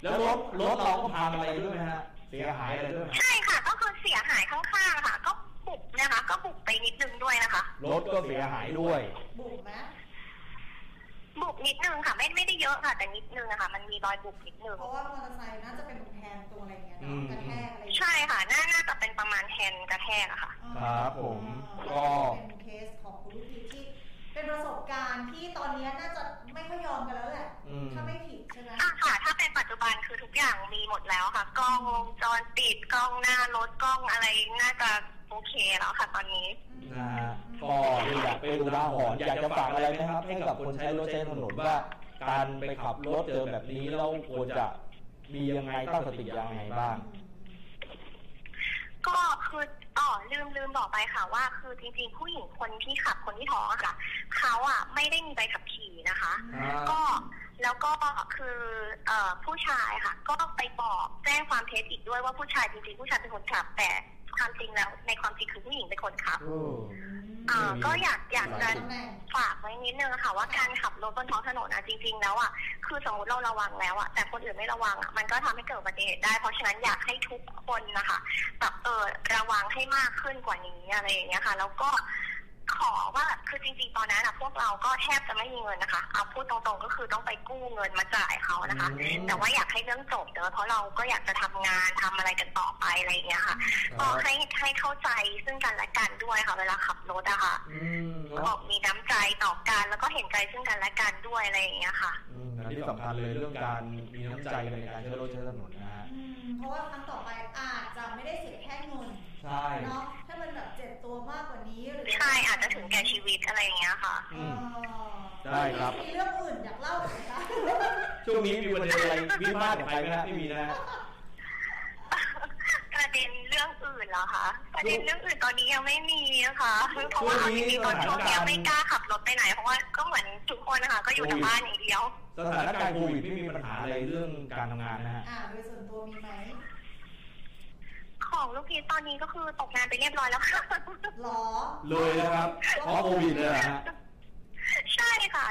Speaker 5: เรา
Speaker 2: แล้วรถรถเราก็พังอะไรด้วยไหมฮะเสียหายอะไรด้วยไหม
Speaker 4: ใช่ค่ะ ก็คือเสียหายข้างๆค่ะ ก็บุบนะคะ ก็บุบไปนิดนึงด้วยนะคะ
Speaker 2: รถก็เสียหายด้วย
Speaker 5: บุกไหม
Speaker 4: บุบนิดนึงค่ะ ไม่ไม่ได้เยอะค่ะ แต่นิดนึงอะค่ะ มันมีรอยบุบนิดนึง
Speaker 5: เพราะว่ามอเตอร์ไซค์น่าจะเป็นตรงแทนตรงอะไรอย่างเงี้ย
Speaker 2: อืม
Speaker 5: เนาะกระแทกอะไร
Speaker 4: ใช่ค่ะน่าน่าจะเป็นประมาณแฮนด์กระแทกอะค่ะ
Speaker 2: ครับผม
Speaker 5: ก็เป็นเคสของคุณลูกพีชที่เป็นประสบการณ์ที่ตอนเนี้ยน่าจะไม่ค่อยยอมกันแล้วแหละ
Speaker 2: อืม
Speaker 5: ถ้าไม่ผิดใช่ไหม
Speaker 4: อ่ะค่ะ ถ้าเป็นปัจจุบันคือทุกอย่างมีหมดแล้วค่ะ กล้องวงจรปิด กล้องหน้ารถ กล้องอะไร น่าจะโอเคแล้วค่ะ ตอนนี้
Speaker 2: นะฮะก็อยากเป็นอุทาหรณ์อยากจะฝากอะไรไหมครับ ให้กับคนใช้รถใช้ถนนว่า การไปขับรถเจอแบบนี้เราควรจะมียังไงตั้งสติยังไงบ้าง
Speaker 4: ก็คืออ๋อลืมลืมบอกไปค่ะว่า คือจริงๆ ผู้หญิงคนที่ขับคนที่ท้องอะค่ะ เขาอะไม่ได้มีใบขับขี่นะคะ ก็แล้วก็คือเอ่อผู้ชายค่ะ ก็ไปบอกแจ้งความเท็จอีกด้วยว่าผู้ชายจริงๆ ผู้ชายเป็นคนขับ แต่ความจริงแล้วในความจริงคือผู้หญิงเป็นคนขับเอ่อก็อยากอยากจะ ฝากไว้นิดนึงค่ะว่าการขับรถบนท้องถนนอ่ะจริง ๆ แล้วอ่ะคือสมมติเราระวังแล้วอ่ะแต่คนอื่นไม่ระวังอ่ะมันก็ทำให้เกิดอุบัติเหตุได้ เพราะฉะนั้นอยากให้ทุกคนนะคะแบบเออระวังให้มากขึ้นกว่านี้อะไรอย่างเงี้ยค่ะ แล้วก็ขอว่าคือจริง ๆ ตอนนั้นอ่ะพวกเราก็แทบจะไม่มีเงินนะคะเอาพูดตรงๆก็คือต้องไปกู้เงินมาจ่ายเขานะคะ
Speaker 2: อืม
Speaker 4: แต่ว่าอยากให้เรื่องจบเนอะเพราะเราก็อยากจะทำงานทำอะไรกันต่อไปอะไรอย่างเงี้ยค่ะก็ให้ให้เข้าใจซึ่งกันและกันด้วยค่ะ เวลาขับรถอะค่ะ
Speaker 2: อืม
Speaker 4: ออกมีน้ำใจต่อกันแล้วก็เห็นใจซึ่งกันและกันด้วยอะไรอย่างเงี้ยค่ะ
Speaker 2: อันนี้สำคัญเลยเรื่องการมีน้ำใจกันในการใช้รถใช้ถนนนะฮะ
Speaker 5: อืมเพราะว่าครั้งต่อไปอาจจะไม่ได้เสียแค่เงิน
Speaker 2: ใช่
Speaker 5: เนาะถ้ามันแบบเจ็บตัวมากกว่านี้หรือ
Speaker 4: ใช่อาจจะถึงแก่ชีวิตอะไรอย่างเงี้ยค่ะ
Speaker 2: อืม
Speaker 5: เออ
Speaker 2: ได้ครับ
Speaker 5: มีเรื่องอื่นอยากเล่าอีกไหม
Speaker 2: ช่วงนี้มีประเด็นอะไรวิพากษ์กับใครไหมฮะไม่มีนะฮะ
Speaker 4: ประเด็นเรื่องอื่นเหรอคะประเด็นเรื่องอื่นตอนนี้ยังไม่มีนะคะเพราะว่า
Speaker 2: ช่วงนี้
Speaker 4: จริงๆตอนช่วงเนี้ยไม่กล้าขับรถไปไหน เพราะว่าก็เหมือนทุกคนนะคะก็อยู่แต่บ้านอย่างเดียว
Speaker 2: สถานการณ์โควิดไม่มีปัญหาอะไรเรื่องการทำงานนะฮะ
Speaker 5: อ่าโดยส่วนตัวมีไหม
Speaker 4: ของลูกพีชตอนนี้ก็คือตกงานไปเรียบร้อยแล้วค่ะ
Speaker 5: หรอ
Speaker 2: เลยนะครับเพราะโควิดเลยนะฮะ
Speaker 4: ใช่ค่ะ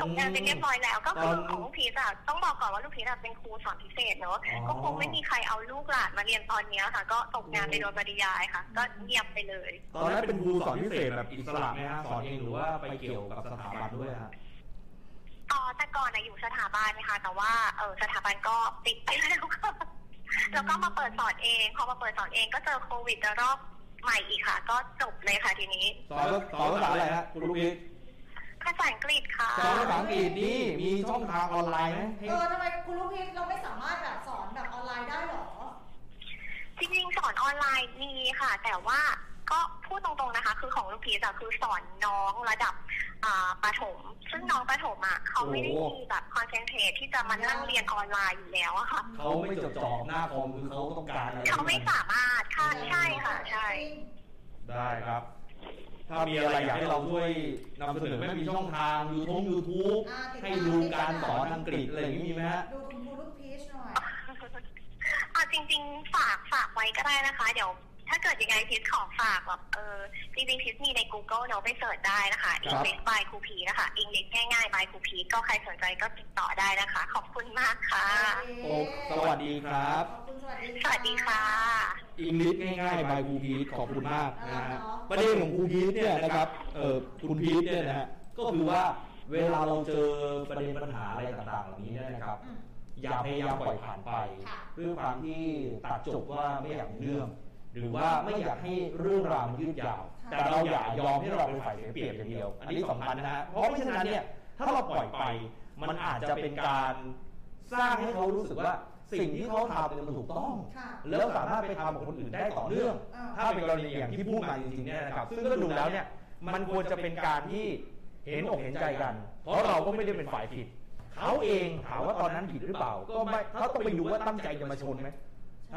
Speaker 4: ตกงานไปเรียบร้อยแล้วก็คือของลูกพีชอะต้องบอกก่อนว่าลูกพีชอะเป็นครูสอนพิเศษเนอะ
Speaker 2: อ๋อ
Speaker 4: ก็คงไม่มีใครเอาลูกหลานมาเรียนตอนเนี้ยค่ะ ก็ตกงานไปโดยปริยายค่ะ ก็เงียบไปเลย
Speaker 2: ตอนนั้นเป็นครูสอนพิเศษแบบอิสระไหมฮะสอนเองหรือว่าไปเกี่ยวกับสถาบันด้วยฮะ
Speaker 4: อ๋อแต่ก่อนอะอยู่สถาบันนะคะแต่ว่าเออสถาบันก็ปิดไปแล้วค่ะ แล้วก็มาเปิดสอนเองพอมาเปิดสอนเองก็เจอโควิดระลอกใหม่อีกค่ะ ก็จบเลยค่ะทีนี้
Speaker 2: สอนสอนภาษาอะไรฮะคุณลูกพีช
Speaker 4: ภาษาอังกฤษค่ะ
Speaker 2: สอนภาษาอังกฤษนี่มีช่องทางออนไลน์ไหมให้
Speaker 5: เออทำไมคุณลูกพีชเราไม่สามารถแบบสอนแบบออนไลน์ได้หรอ
Speaker 4: จริงๆสอนออนไลน์มีค่ะ แต่ว่าก็พูดตรงๆนะคะ คือของลูกพีชอะคือสอนน้องระดับอ่าประถม ซึ่งน้องประถมอ่ะเขาไม่ได้มีแบบคอนเซนเทรตที่จะมานั่งเรียนออนไลน์อยู่แล้วอะค่ะ
Speaker 2: เขาไม่จดจ่อหน้าคอมคือเขาต้องการอะไร
Speaker 4: เขาไม่สามารถค่ะใช่ค่ะใช่
Speaker 2: ได้ครับ ถ้ามีอะไรอยากให้เราช่วยนำเสนอไหม่มีช่องทางยูทงยูทูบ
Speaker 5: อ่าติดตาม
Speaker 2: ให้ดูการสอนอังกฤษอะไรอย่างนี้มีไหมฮะ
Speaker 5: ดูคุณครูลูกพีชหน่อย
Speaker 4: เอาจริง ๆ ฝากฝากไว้ก็ได้นะคะ เดี๋ยว ถ้าเกิดยังไงพิชขอฝากแบบเออจริงๆพิชมีใน Google เนาะไปเสิร์ชได้นะคะ
Speaker 2: ครับ
Speaker 4: English by ครูพีนะคะอังกฤษง่ายๆ by ครูพีก็ใครสนใจก็ติดต่อได้นะคะ ขอบคุณมากค่ะ
Speaker 2: โอ้สวัสดีครับ
Speaker 5: ขอบคุณสวัสดี
Speaker 4: สวัสดีค่ะ
Speaker 2: อิงลิสง่ายๆบายครูพีทขอบคุณมากนะฮะ
Speaker 5: า
Speaker 2: ประเด็นของครูพีทเนี่ยนะครับเออคุณพีทเนี่ยนะฮะก็คือว่าเวลาเราเจอประเด็นปัญหาอะไรต่างๆ เหล่านี้เนี่ยนะครับ
Speaker 5: อืม
Speaker 2: อย่าพยายามปล่อยผ่านไป
Speaker 5: ค่ะ
Speaker 2: ด้วยความที่ตัดจบว่าไม่อยากมีเรื่อง หรือว่าไม่อยากให้เรื่องราวมันยืดยาว แต่เราอย่ายอมให้เราเป็นฝ่ายเสียเปรียบอย่างเดียว อันนี้สำคัญนะฮะเพราะไม่ฉะนั้นเนี่ยถ้าเราปล่อยไป มันอาจจะเป็นการ สร้างให้เขารู้สึกว่า สิ่งที่เขาทำเนี่ยมันถูกต้อง
Speaker 1: ค่ะ
Speaker 2: แล้วสามารถไปทำกับคนอื่นได้ต่อเนื่อง
Speaker 1: อ่า
Speaker 2: ถ้าเป็นกรณีอย่างที่พูดมาจริงๆเนี่ยนะครับ ซึ่งก็ดูแล้วเนี่ย มันควรจะเป็นการที่เห็นอกเห็นใจกัน เพราะเราก็ไม่ได้เป็นฝ่ายผิด เขาเองถามว่าตอนนั้นผิดหรือเปล่า ก็ไม่ถ้าต้องไปดูว่าตั้งใจจะมาชนไหม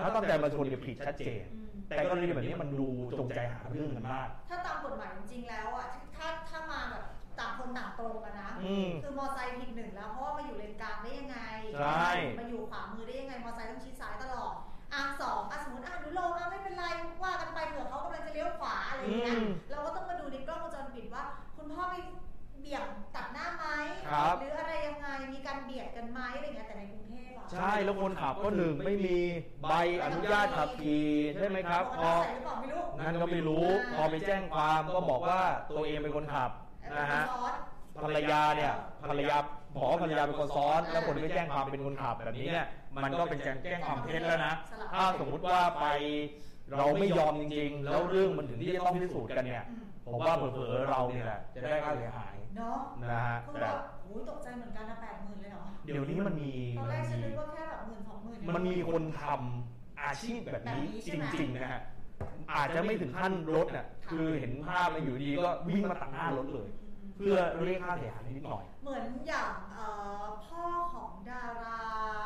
Speaker 2: ถ้าตั้งใจมาชนเนี่ยผิดชัดเจน
Speaker 1: อืม
Speaker 2: แต่กรณีแบบนี้มันดูจงใจหาเรื่องกันมาก
Speaker 1: ถ้าตามกฎหมายจริงๆแล้วอ่ะ ถ้าถ้ามาแบบต่างคนต่างตรงกันนะ
Speaker 2: อืม
Speaker 1: คือมอไซค์ผิดหนึ่งแล้วเพราะว่ามาอยู่เลนกลางได้ยังไง
Speaker 2: ใช่
Speaker 1: มาอยู่ขวามือได้ยังไง มอไซค์ต้องชิดซ้ายตลอดอ่ะสองอ่ะสมมติอ่ะดูโลมอ่ะไม่เป็นไรว่ากันไปเผื่อเขากำลังจะเลี้ยวขวาอะไรอย่างเงี้ย
Speaker 2: อืม
Speaker 1: เราก็ต้องมาดูในกล้องวงจรปิดว่า คุณพ่อไปเบี่ยงตัดหน้าไหม
Speaker 2: ครับ
Speaker 1: หรืออะไรยังไง มีการเบียดกันไหมอะไรเงี้ย แต่ในกรุงเทพอ่ะ
Speaker 2: ใช่แล้วคนขับก็หนึ่งไม่มีใบอนุญาตขับขี่ใช่ไหมครับ
Speaker 1: แล้ว
Speaker 2: พ
Speaker 1: ก็
Speaker 2: อ
Speaker 1: ใส่หรือเปล่าไม่รู้
Speaker 2: นั่นก็ไม่รู้ พอไปแจ้งความก็บอกว่าตัวเองเป็นคนขับนะฮะ
Speaker 1: ซ้อน
Speaker 2: ภรรยาเนี่ยภรรยาบอกว่าภรรยาเป็นคนซ้อน แล้วคนที่ไปแจ้งความเป็นคนขับแบบนี้เนี่ยมันก็เป็นการแจ้งความเท็จแล้วนะ
Speaker 1: สลับ
Speaker 2: ถ้าสมมุติว่าไปเราไม่ยอมจริง ๆ แล้วเรื่องมันถึงที่จะต้องพิสูจน์กันเนี่ย
Speaker 1: อืม
Speaker 2: ผมว่าเผลอๆเราเนี่ยแหละจะได้ค่าเสียหาย
Speaker 1: เนาะ
Speaker 2: นะฮะ
Speaker 1: คือ
Speaker 2: แต่
Speaker 1: แบบโอ้ยตกใจเหมือนกันนะแปดหมื่นเลยเหรอ
Speaker 2: เดี๋ยวนี้มันมี
Speaker 1: ตอ
Speaker 2: มัน น
Speaker 1: แรกฉัน
Speaker 2: มี
Speaker 1: นึกว่าแค่แบบหมื่นสองหมื่น
Speaker 2: มันมีคนทำอาชีพแบบนี้
Speaker 1: แบบนี้ใช่
Speaker 2: จ
Speaker 1: ไหม
Speaker 2: ริงๆนะฮะอาจจะไม่ถึงขั้นรถน่ะคือเห็นภาพมาอยู่ดีก็วิ่งมาตัดหน้ารถเลย เพื่อเรียกค่าเสียหายนิดหน่อย
Speaker 1: เหมือนอย่างเอ่อพ่อของดารา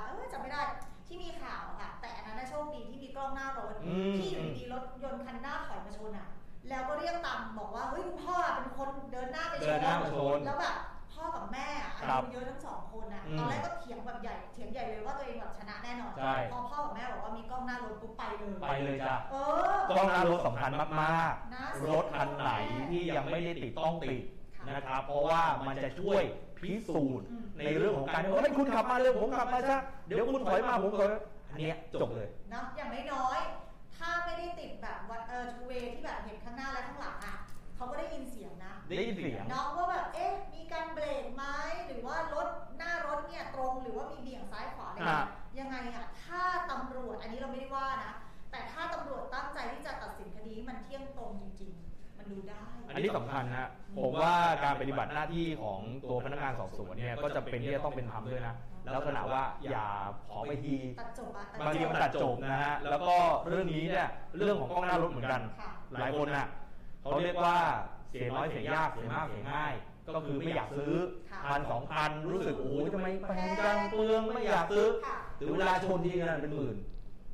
Speaker 1: เออจำไม่ได้ที่มีข่าวอะค่ะ แต่อันนั้นนะโชคดีที่มีกล้องหน้ารถ
Speaker 2: อืม
Speaker 1: ที่อยู่ดีๆรถยนต์คันหน้าถอยมาชนอ่ะ แล้วก็เรียกตามบอกว่าเฮ้ยคุณพ่อเป็นคนเดินหน้าไปช
Speaker 2: เดินหน้ามาชน
Speaker 1: แล้วแบบพ่อกับแม่อะอา
Speaker 2: ครับ
Speaker 1: ยุเยอะทั้งสองคนอ่ะ
Speaker 2: อืม
Speaker 1: ตอนแรกก็เถียงแบบใหญ่เถียงใหญ่เลยว่าตัวเองแบบชนะแน่นอน
Speaker 2: ใช่
Speaker 1: พอพ่อกับแม่บอกว่ามีกล้องหน้ารถปุ๊บไปเลย
Speaker 2: ไปเลยจ้ะ
Speaker 1: เออ
Speaker 2: กล้องหน้ารถสำคัญมาก
Speaker 1: นะ
Speaker 2: ๆ รถคันไหนที่ยังไม่ได้ติดต้องติดนะครับ เพราะว่ามันจะช่วยพิสูจน์
Speaker 1: อืม
Speaker 2: ในเรื่องของการว่าเฮ้ยคุณขับมาเร็วผมขับมาช้าเดี๋ยวคุณถอยมาผมถอยมาอันเนี้ยจบเลย
Speaker 1: นะอย่างน้อยๆ ถ้าไม่ได้ติดแบบวัดเออทูเวที่แบบเห็นข้างหน้าและข้างหลังอ่ะเขาก็ได้ยินเสียงนะ
Speaker 2: ได้ยินเสียง
Speaker 1: เนาะว่าแบบเอ๊ะมีการเบรกไหมหรือว่ารถหน้ารถเนี่ยตรงหรือว่ามีเบี่ยงซ้ายขวาอะไร
Speaker 2: อ่ะ
Speaker 1: เงี้ยยังไงอ่ะถ้าตำรวจอันนี้เราไม่ได้ว่านะ แต่ถ้าตำรวจตั้งใจที่จะตัดสินคดีให้มันเที่ยงตรงจริง ๆ มันดูได้
Speaker 2: อันนี้สำคัญนะฮะผมว่าการปฏิบัติหน้าที่ของตัวพนักงานสอบสวนเนี่ยก็จะเป็นที่จะต้องเป็นธรรมด้วยนะลักษณะว่าอย่าขอไปที
Speaker 1: ตัดจบอ่ะ
Speaker 2: บางทีมันตัดจบนะฮะ แล้วก็เรื่องนี้เนี่ยเรื่องของกล้องหน้ารถเหมือนกัน
Speaker 1: ค่ะ
Speaker 2: หลายคนน่ะเขาเรียกว่าเสียน้อยเสียยากเสียมากเสียง่าย ก็คือไม่อยากซื้อ
Speaker 1: ค่ะ
Speaker 2: พันสองพันรู้สึกโอ้ยทำไมแพงจังเปลืองไม่อยากซื้อ
Speaker 1: ค่ะ
Speaker 2: ถึงเวลาชนทีนั้นเป็นหมื่น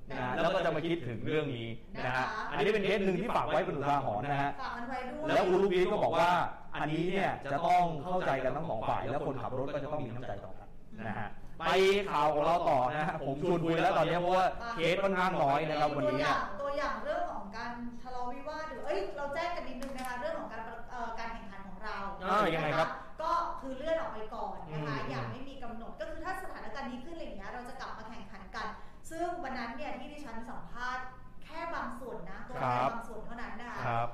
Speaker 2: นะฮะแล้วก็จะมาคิดถึงเรื่องนี้นะฮะ
Speaker 1: นะคะ
Speaker 2: อันนี้เป็นเคสหนึ่งที่ฝากไว้เป็นอุทาหรณ์นะฮะ
Speaker 1: ฝากมันไว้ด้วย
Speaker 2: แล้วคุณลูกพีชก็บอกว่า อันนี้เนี่ยจะต้องเข้าใจกันทั้งสองฝ่าย แล้วคนขับรถก็จะต้องมีน้ำใจต่อกันนะฮะไปข่าวของเราต่อนะฮะผมชวนคุยแล้วตอนนี้เพราะว่าเคสค่อนข้างน้อยนะครับวัน
Speaker 1: ตั
Speaker 2: นี้
Speaker 1: วอ
Speaker 2: เนี่ย
Speaker 1: ย่างตัวอย่างเรื่องของการทะเลาะวิวาทหรือเอ้ยเราแจ้งกันนิดนึงนะคะเรื่องของการประเอ่อการแข่งขันของเรา
Speaker 2: อ่ายังไงครับ
Speaker 1: นะะก็คือเลื่อนออกไปก่อนนะคะ
Speaker 2: อืม
Speaker 1: อย่างไม่มีกำหนดก็คือถ้าสถานการณ์นี้ขึ้นอะไรอย่างเงี้ยเราจะกลับมาแข่งขันกัน ซึ่งวันนั้นเนี่ยที่ดิฉันสัมภาษณ์แค่บางส่วนนะตัวแท
Speaker 2: ค
Speaker 1: น
Speaker 2: รับ
Speaker 1: บางส่วนเท่านั้นนะคะ
Speaker 2: ครับ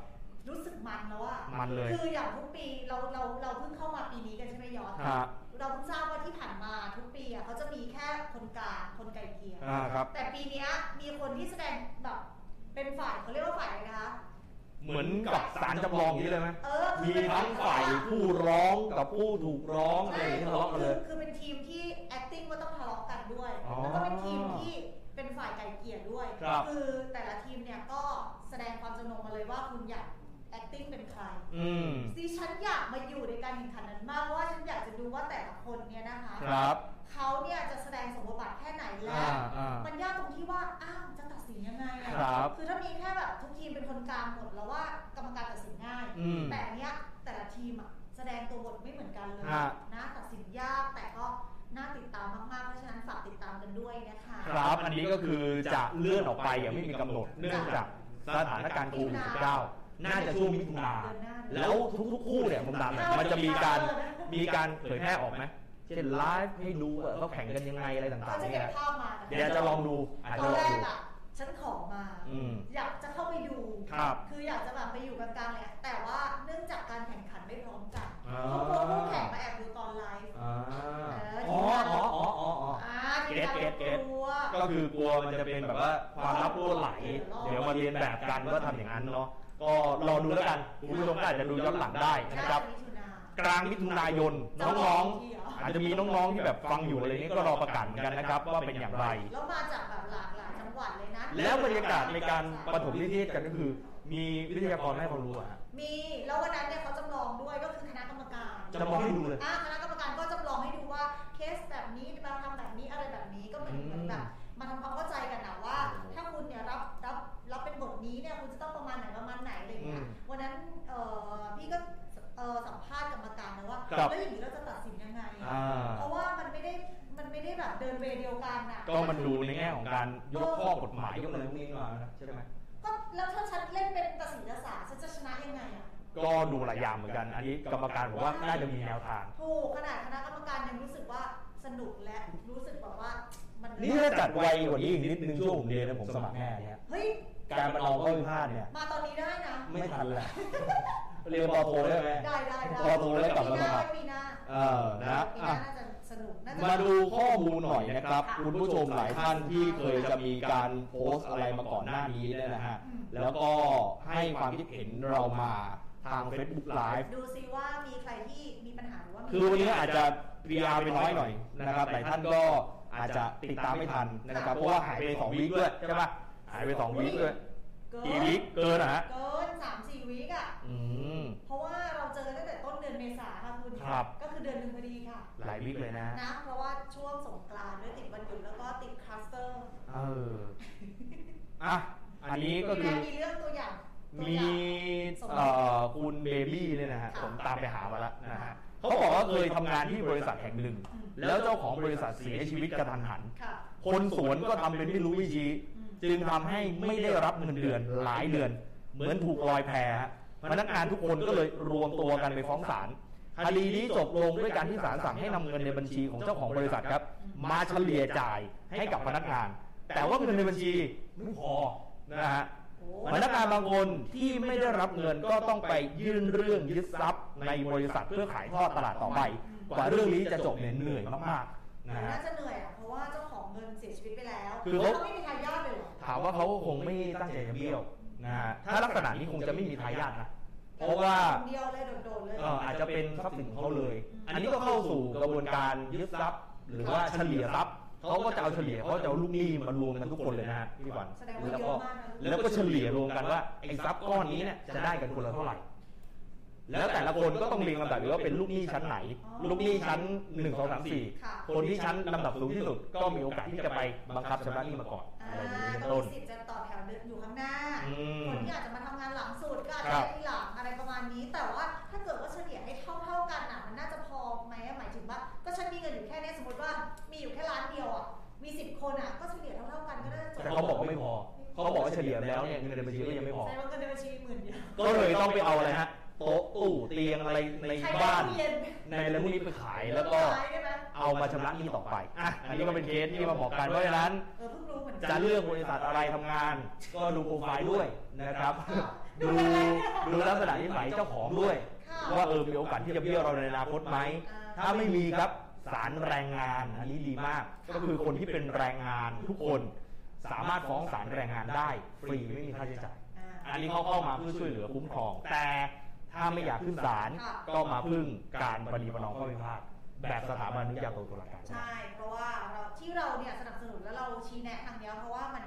Speaker 1: รู้สึกมันแล้วอะ
Speaker 2: มันเลย
Speaker 1: คืออย่างทุกปีเราเราเราเพิ่งเข้ามาปีนี้กันใช่ไหมยอด
Speaker 2: ฮะ
Speaker 1: เราเพิ่งทราบว่าที่ผ่านมาทุกปีอะเขาจะมีแค่คนกลางคนไกลเกลีย
Speaker 2: อ่าครับ
Speaker 1: แต่ปีเนี้ยมีคนที่แสดงแบบเป็นฝ่ายเขาเรียกว่าฝ่ายอะไรนะคะ
Speaker 2: เหมือนกับสารจำลองอย่างนี้เลยไหม
Speaker 1: เออคือ
Speaker 2: มีทั้งฝ่ายผู้ร้องกับผู้ถูกร้องอะไร
Speaker 1: ใช่
Speaker 2: อย่างนี้ทะเลาะกั
Speaker 1: คื
Speaker 2: นเล
Speaker 1: อย คือเป็นทีมที่ acting ก็ต้องทะเลาะกันด้วย
Speaker 2: อ๋อ
Speaker 1: แล้วก็เป็นทีมที่เป็นฝ่ายไก่เกลี่ยด้วย
Speaker 2: ครับ
Speaker 1: อแต่ละทีมเนี่ยก็แสดงความจำนงมาเลยว่าคุณอยาก acting เป็นใคร
Speaker 2: อืม
Speaker 1: ดิฉันอยากมาอยู่ในการแข่งขันนั้นมากว่าฉันอยากจะดูว่าแต่ละคนเนี่ยนะคะ
Speaker 2: ครับ
Speaker 1: เขาเนี่ยจะแสดงสมบทบาทแค่ไหนและ
Speaker 2: อ่าอ่า
Speaker 1: มันยากตรงที่ว่า อ้าว จะตัดสินยังไงอะ
Speaker 2: ครับ
Speaker 1: คือถ้ามีแค่แบบทุกทีมเป็นคนกลางหมดแล้วว่ากรรมการตัดสินง่าย
Speaker 2: อืม
Speaker 1: แต่อันเนี้ยแต่ละทีมอะแสดงตัวบทไม่เหมือนกันเลย
Speaker 2: ฮะ
Speaker 1: นะตัดสินยากแต่ก็น่าติดตามมากๆ เพราะฉะนั้นฝากติดตามกันด้วยนะคะ
Speaker 2: ครับอันนี้ก็คือจะเลื่อนออกไปอย่างไม่มีกำหนด เนื่องจากสถานการณ์โควิด19น่าจะช่วงมิถุนา
Speaker 1: เดือนหน้า
Speaker 2: แล้วทุกๆคู่เนี่ยผมถามหน่อยมันจะมีการมีการเผยแพร่ออกไหมเช่นไลฟ์ให้ดูว่าเขาแข่งกันยังไงอะไรต่า
Speaker 1: เขา
Speaker 2: งๆ
Speaker 1: จะ
Speaker 2: เนี่
Speaker 1: เก็
Speaker 2: ย
Speaker 1: บภาพมา
Speaker 2: เดี๋ยวจะลองดูอาจ
Speaker 1: ตอ
Speaker 2: จะ
Speaker 1: น
Speaker 2: ล
Speaker 1: แร
Speaker 2: อง
Speaker 1: ก
Speaker 2: ดู
Speaker 1: อะฉันขอมา
Speaker 2: อืม
Speaker 1: อยากจะเข้าไปดู
Speaker 2: ครับ
Speaker 1: ออยากจะแบบไปอยู่กลางๆแหละแต่ว่าเนื่องจากการแข่งขันไม่พร้อมกัน
Speaker 2: อ่า
Speaker 1: เขากลัวผู้แข่งมาแอบดูตอนไลฟ์
Speaker 2: อ่า
Speaker 1: เอ
Speaker 2: อ๋อ
Speaker 1: อ
Speaker 2: อ๋ออ๋ออ๋ออ๋อ
Speaker 1: อ่า
Speaker 2: เก็
Speaker 1: ที
Speaker 2: ต
Speaker 1: มงาน
Speaker 2: เก็ตเก็ต
Speaker 1: กลัว
Speaker 2: ก็คือกลัวมันจะเป็นแบบว่าความลับรั่วไหล เดี๋ยวมาเรียนแบบกันก็ทำอย่างนั้นเนาะก็รอดูแล้วกันคุณผู้ชมก็อาจจะดูย้อนหลังได้นะครับ
Speaker 1: มิถุนาก
Speaker 2: ลางมิถุนายนน้อง
Speaker 1: เจ้าขงที่เหรอ
Speaker 2: ๆ อาจจะมีน้องๆที่แบบฟังอยู่อะไรเงี้ยก็รอประกาศเหมือนกันนะครับว่าเป็นอย่างไร
Speaker 1: แล้วมาจากแบบหลากหลายจังหวัดเลยนะ
Speaker 2: แล้วบรรยากาศในการปฐมนิเทศกันก็คือ มีวิทยากรให้ความรู้อะฮะ
Speaker 1: มีแล้ววันนั้นเนี่ยเขาจำลองด้วยก็คือคณะกรรมการ
Speaker 2: จะมองให้ดูเลย
Speaker 1: อ่าคณะกรรมการก็จำลองให้ดูว่าเคสแบบนี้มาทำแบบนี้อะไรแบบนี้ก็เหมือน
Speaker 2: อืม
Speaker 1: เหมือนแบบมาทำความเข้าใจกันนะว่า
Speaker 2: โอ้โห
Speaker 1: ถ้าคุณเนี่ยรับรับรับเป็นบทนี้เนี่ยคุณจะต้องประมาณไหนประมาณไหนอะไรอย่างเงี้ย
Speaker 2: อืม
Speaker 1: วันนั้นเอ่อพี่ก็เอ่อสัมภาษณ์กรรมการนะว่า
Speaker 2: ครับ
Speaker 1: แล้วอย่างนี้เราจะตัดสินยังไงอะ
Speaker 2: อ่า
Speaker 1: เพราะว่ามันไม่ได้มันไม่ได้แบบเดินเวย์เดียวกันอ่ะ
Speaker 2: ก็มันดูในแง่ของการยกข้อกฎหมายยกอะไรพวกนี้มานะใช่ไหม
Speaker 1: ก็แล้วถ้าฉันเล่นเป็นตัดสินศาสตร์ฉันจะชนะยังไงอ่ะ
Speaker 2: ก็ดูหลายอย่างเหมือนกัน อันนี้กรรมการบอกว่าน่าจะมีแนวทาง
Speaker 1: ถูกขนาดคณะกรรมการยังรู้สึกว่าสนุกและรู้สึกแบบว่ามัน
Speaker 2: นี่ถ้าจัดไวกว่านี้อีกนิดนึงช่วงผมเรียนนะผมสมัครแน่เนี่ย
Speaker 1: เฮ้ย
Speaker 2: การประนอมข้อพิพาทเนี่ย
Speaker 1: มาตอนนี้ได้นะ
Speaker 2: ไม่ทันแหละ เรียนปอโทได้ไหม
Speaker 1: ได้ได้ได้
Speaker 2: พอดูแล้วกลับมา
Speaker 1: ปีหน้า
Speaker 2: สมั
Speaker 1: ไว้
Speaker 2: คร
Speaker 1: ปีหน้า
Speaker 2: เออนะ
Speaker 1: ปีห
Speaker 2: อ่ะ
Speaker 1: น้าน่าจะสนุกน่าจะ
Speaker 2: มาดูข้อมูลหน่อยนะครับ คุณผู้ชมหลายท่านที่เคยจะมีการโพสต์อะไรมาก่อนหน้านี้เนี่ยนะฮะ
Speaker 1: อืม
Speaker 2: แล้วก็ให้ความคิดเห็นเรามาทาง Facebook Live
Speaker 1: ดูซิว่ามีใครที่มีปัญหาหรือว่ามี
Speaker 2: คือวันนี้อาจจะ PR ไปน้อยหน่อยนะครับหลายท่านก็อาจจะติดตามไม่ทันนะครับ เพราะว่าหายไป2วีคด้วยใช่ปะหายไป2วีคด้วย
Speaker 1: เกิ
Speaker 2: กี่วี
Speaker 1: น
Speaker 2: คเกินนะฮะ
Speaker 1: เกินสามสี่วิกอ่ะ
Speaker 2: อืม
Speaker 1: เพราะว่าเราเจอตั้งแต่ต้นเดือนเมษาค่ะคุณ
Speaker 2: ครับ
Speaker 1: ก็คือเดือนหนึ่งพอดีค่ะ
Speaker 2: หลายวีคเลยนะ
Speaker 1: นะ เพราะว่าช่วงสงกรานต์ด้วยติดวันหยุดแล้วก็ติดคลัสเตอร์
Speaker 2: เออ อ่ะ อันนี้ก็คือ
Speaker 1: มีเรื่องตัวอย่างตัว
Speaker 2: มี
Speaker 1: อย่าง
Speaker 2: เอ่อคุณเบบี้เนี่ยนะฮะ
Speaker 1: ค่ะ
Speaker 2: ผมตามไปหามาแล้วนะฮะเขาบอกว่าเคยทำงานที่บริษัทแห่งหนึ่ง
Speaker 1: อืม
Speaker 2: แล้วเจ้าของบริษัทเสียชีวิตกระทันหัน
Speaker 1: ค่ะ
Speaker 2: คนสวนก็ทำเป็นไม่รู้วิชี
Speaker 1: อืม
Speaker 2: จึงทำให้ไม่ได้รับเงินเดือนหลายเดือน เหมือนถูกลอยแพฮะพนักงานทุกคนก็เลยรวมตัวกันไปฟ้องศาลคดีนี้จบลงด้วยการที่ศาลสั่งให้นำเงินในบัญชีของเจ้าของบริษัทครับ มาเฉลี่ยจ่ายให้กับพนักงาน แต่ว่าเงินในบัญชีไม่พอนะฮะ
Speaker 1: โอ้
Speaker 2: พนักงานบางคนที่ไม่ได้รับเงินก็ต้องไปยื่นเรื่องยึดทรัพย์ในบริษัทเพื่อขายทอดตลาดต่อไป กว่าเรื่องนี้จะจบเนี่ยเหนื่อยมากๆนะฮะ
Speaker 1: น่าจะเหนื่อยอ่ะ เพราะว่าเจ้าของเงินเสียชีวิตไปแล้ว
Speaker 2: คือเขา
Speaker 1: แล้วไม่มีทายาทเลยเหรอ
Speaker 2: ถามว่าเขาคงไม่ตั้งใจจะเบี้ยวนะฮะถ้าลักษณะนี้คงจะไม่มีทายาทนะเพราะว่า
Speaker 1: เดียวเลยโดดๆเลย
Speaker 2: เอ่ออาจจะเป็นทรัพย์สินของเขาเลย อันนี้ก็เข้าสู่กระบวนการยึดทรัพย์ หรือว่าเฉลี่ยทรัพย์เขาก็จะเอาเฉลี่ยเขาจะเอาลูกหนี้มารวมกันทุกคนเลยนะฮะพี่ขวัญ
Speaker 1: แสดงว่า
Speaker 2: แล้ว
Speaker 1: เย
Speaker 2: ก็
Speaker 1: อะมากนะ
Speaker 2: แล้วก็เฉลี่ยรวมกันว่าไอ้ทรัพย์ก้อนนี้เนี่ยจะได้กันคนละเท่าไหร่ แล้วแต่ละคนก็ต้องเรียงลำดับอยู่ว่าเป็นลูกหนี้ชั้นไหน ลูกหนี้ชั้นหนึ่งสองสามสี่
Speaker 1: ค่ะ
Speaker 2: คนที่ชั้นลำดับสูงที่สุด ก็มีโอกาสที่จะไปบังคับชำระหนี้มาก่อน
Speaker 1: อ่า
Speaker 2: อะไรอย่างนี้เป็น
Speaker 1: ก็
Speaker 2: ต้น
Speaker 1: มีสิทธิ์จะต่อแถวเดินอยู่ข้างหน้า
Speaker 2: อืม
Speaker 1: คนที่อาจจะมาทำงานหลังสุดก็อาจ
Speaker 2: ครั
Speaker 1: จะ
Speaker 2: บ
Speaker 1: ได้หลังอะไรประมาณนี้ แต่ว่าถ้าเกิดว่าเฉลี่ยให้เท่าๆกันอ่ะมันน่าจะพอไหมอะหมายถึงว่า ก็ฉันมีเงินอยู่แค่เนี้ยสมมติว่ามีอยู่แค่ล้านเดียวอ่ะ มีสิบคนอ่ะก็เฉลี่ยเท่าๆกันก็น่าจะจบ
Speaker 2: แต่เขาบอกว่าไม่พอ เขาบอกว่าเฉลี่ยแล้วเนี่ยเงินในบัญชีก็ยังไม่พอ
Speaker 1: แสดงว่าเงินในบัญชีหมื่นเดียว
Speaker 2: ก็เลยต้องไปเอาอะไรฮะโต๊ะตู้เตียงอะไรใน
Speaker 1: ใคร
Speaker 2: บ้าน
Speaker 1: ตู้เย็น
Speaker 2: ในอะไรพวกนี้ไปขายแล้วก็
Speaker 1: ขายได้ไหม
Speaker 2: เอามาชำระหนี้ต่อไปอ่ะอันนี้ก็เป็นเคสที่มาบอกกันเพราะฉะนั้น
Speaker 1: เออเพิ่งรู้เหมือนกั
Speaker 2: จะเลือกบริษัทอะไรทำงาน ก็ดูโปรไฟล์ด้วยนะครับ
Speaker 1: อ้าว
Speaker 2: ดู
Speaker 1: อะไรเนี่ย
Speaker 2: ดูลักษณะนิสัยเจ้าของด้วย
Speaker 1: ค่ะ
Speaker 2: ว่าเออมีโอกาสที่จะเบี้ยวเราในอนาคตไหม
Speaker 1: อ่า
Speaker 2: ถ้าไม่มีครับสารแรงงานอันนี้ดีมาก ก็คือคนที่เป็นแรงงานทุกคน สามารถฟ้องศาลแรงงานได้ ฟรีไม่มีค่าใช้จ่าย
Speaker 1: อ่า
Speaker 2: อันนี้เขาเข้ามาเพื่อช่วยเหลือคุ้มครอง แต่ถ้าไม่อยากขึ้นศาล
Speaker 1: ค่ะ
Speaker 2: ก็มาพึ่งการปฏิบัติหน้องข้อพิพาทแบบสถาบันอนุญาโตตุลาการ
Speaker 1: ใช่ เพราะว่าเราที่เราเนี่ยสนับสนุนและเราชี้แนะทางเนี้ยเพราะว่ามัน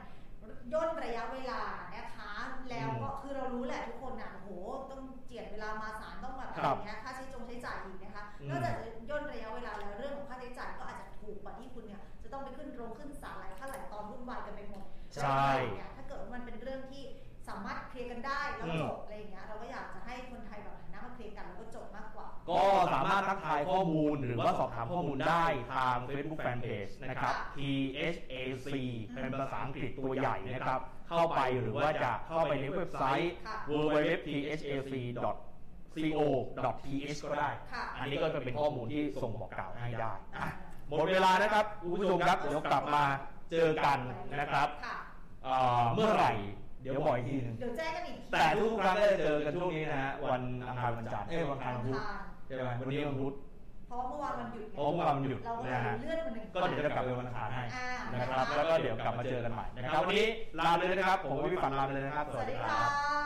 Speaker 1: ย่นระยะเวลานะคะ แล้วก็คือเรารู้แหละทุกคนอ่ะโอ้โหต้องเจียดเวลามาศาลต้องแบบ
Speaker 2: ค
Speaker 1: อะ
Speaker 2: รับ
Speaker 1: ไรอย่างเงี้ยค่าใช้จงใช้จ่ายอีกนะคะ
Speaker 2: อืม
Speaker 1: นอกจากจะย่นระยะเวลาแล้วเรื่องของค่าใช้จ่ายก็อาจจะถูกกว่าที่คุณเนี่ยจะต้องไปขึ้นโรงขึ้นศาลหลายขั้นหลายตอนวุ่นวายกันไปหมด
Speaker 2: ใช่
Speaker 1: ดังนั้นเนี่ยถ้าเกิดว่ามันเป็นเรื่องที่สามารถเคลียร์กันได้แล้วจบอะไรอย่างเงี้ยเราก็อยากจะให้คนไทยแบบหันหน้ามาเคลียร์กันแล้วก็จบมากกว่า
Speaker 2: ก็สามารถทักทายข้อมูลหรือว่าสอบถามข้อมูลได้ทาง Facebook Fanpage นะครับ THAC เป็นภาษาอังกฤษตัวใหญ่นะครับ เข้าไปหรือว่าจะเข้าไปในเว็บไซต์
Speaker 1: ค่ะ
Speaker 2: www.thac.co.th ก็ได้
Speaker 1: ค่ะ
Speaker 2: อันนี้ก็จะเป็นข้อมูลที่ส่งบอกกล่าวให้ได้อ่ะหมดเวลานะครับคุณผู้ชมครับเดี๋ยวกลับมาเจอกันนะครับ
Speaker 1: ค่ะ
Speaker 2: เอ่อเมื่อไหร่ เดี๋ยวบอกอีกทีหนึง
Speaker 1: เดี๋ยวแจ้งกันอีกที
Speaker 2: แต่ทุกครั้งก็จะเจอกันช่วงนี้นะฮะวันอังคารวันจันทร์เอ้ยวันอังคารวันพุธ
Speaker 1: ทาง
Speaker 2: ใช่ไหมวันนี้วันพุธ
Speaker 1: เพราะว่าเมื่อวานวันหยุดไง
Speaker 2: เพราะว่ามันหยุด
Speaker 1: เราก็เล
Speaker 2: นะ
Speaker 1: ย
Speaker 2: ฮะ
Speaker 1: เลื่อนวันหนึ่ง
Speaker 2: ก็เดี๋ยวจะกลับไปวันอังคารให้
Speaker 1: อ่า
Speaker 2: นะ
Speaker 1: นะครับ
Speaker 2: แล้วก็เดี๋ยวกลับมาเจอกันใหม่นะครับ วันนี้ลาเลยนะครับ ผมวิพันธ์ลาไปเลยนะครับ
Speaker 1: สวัสดีค่ะ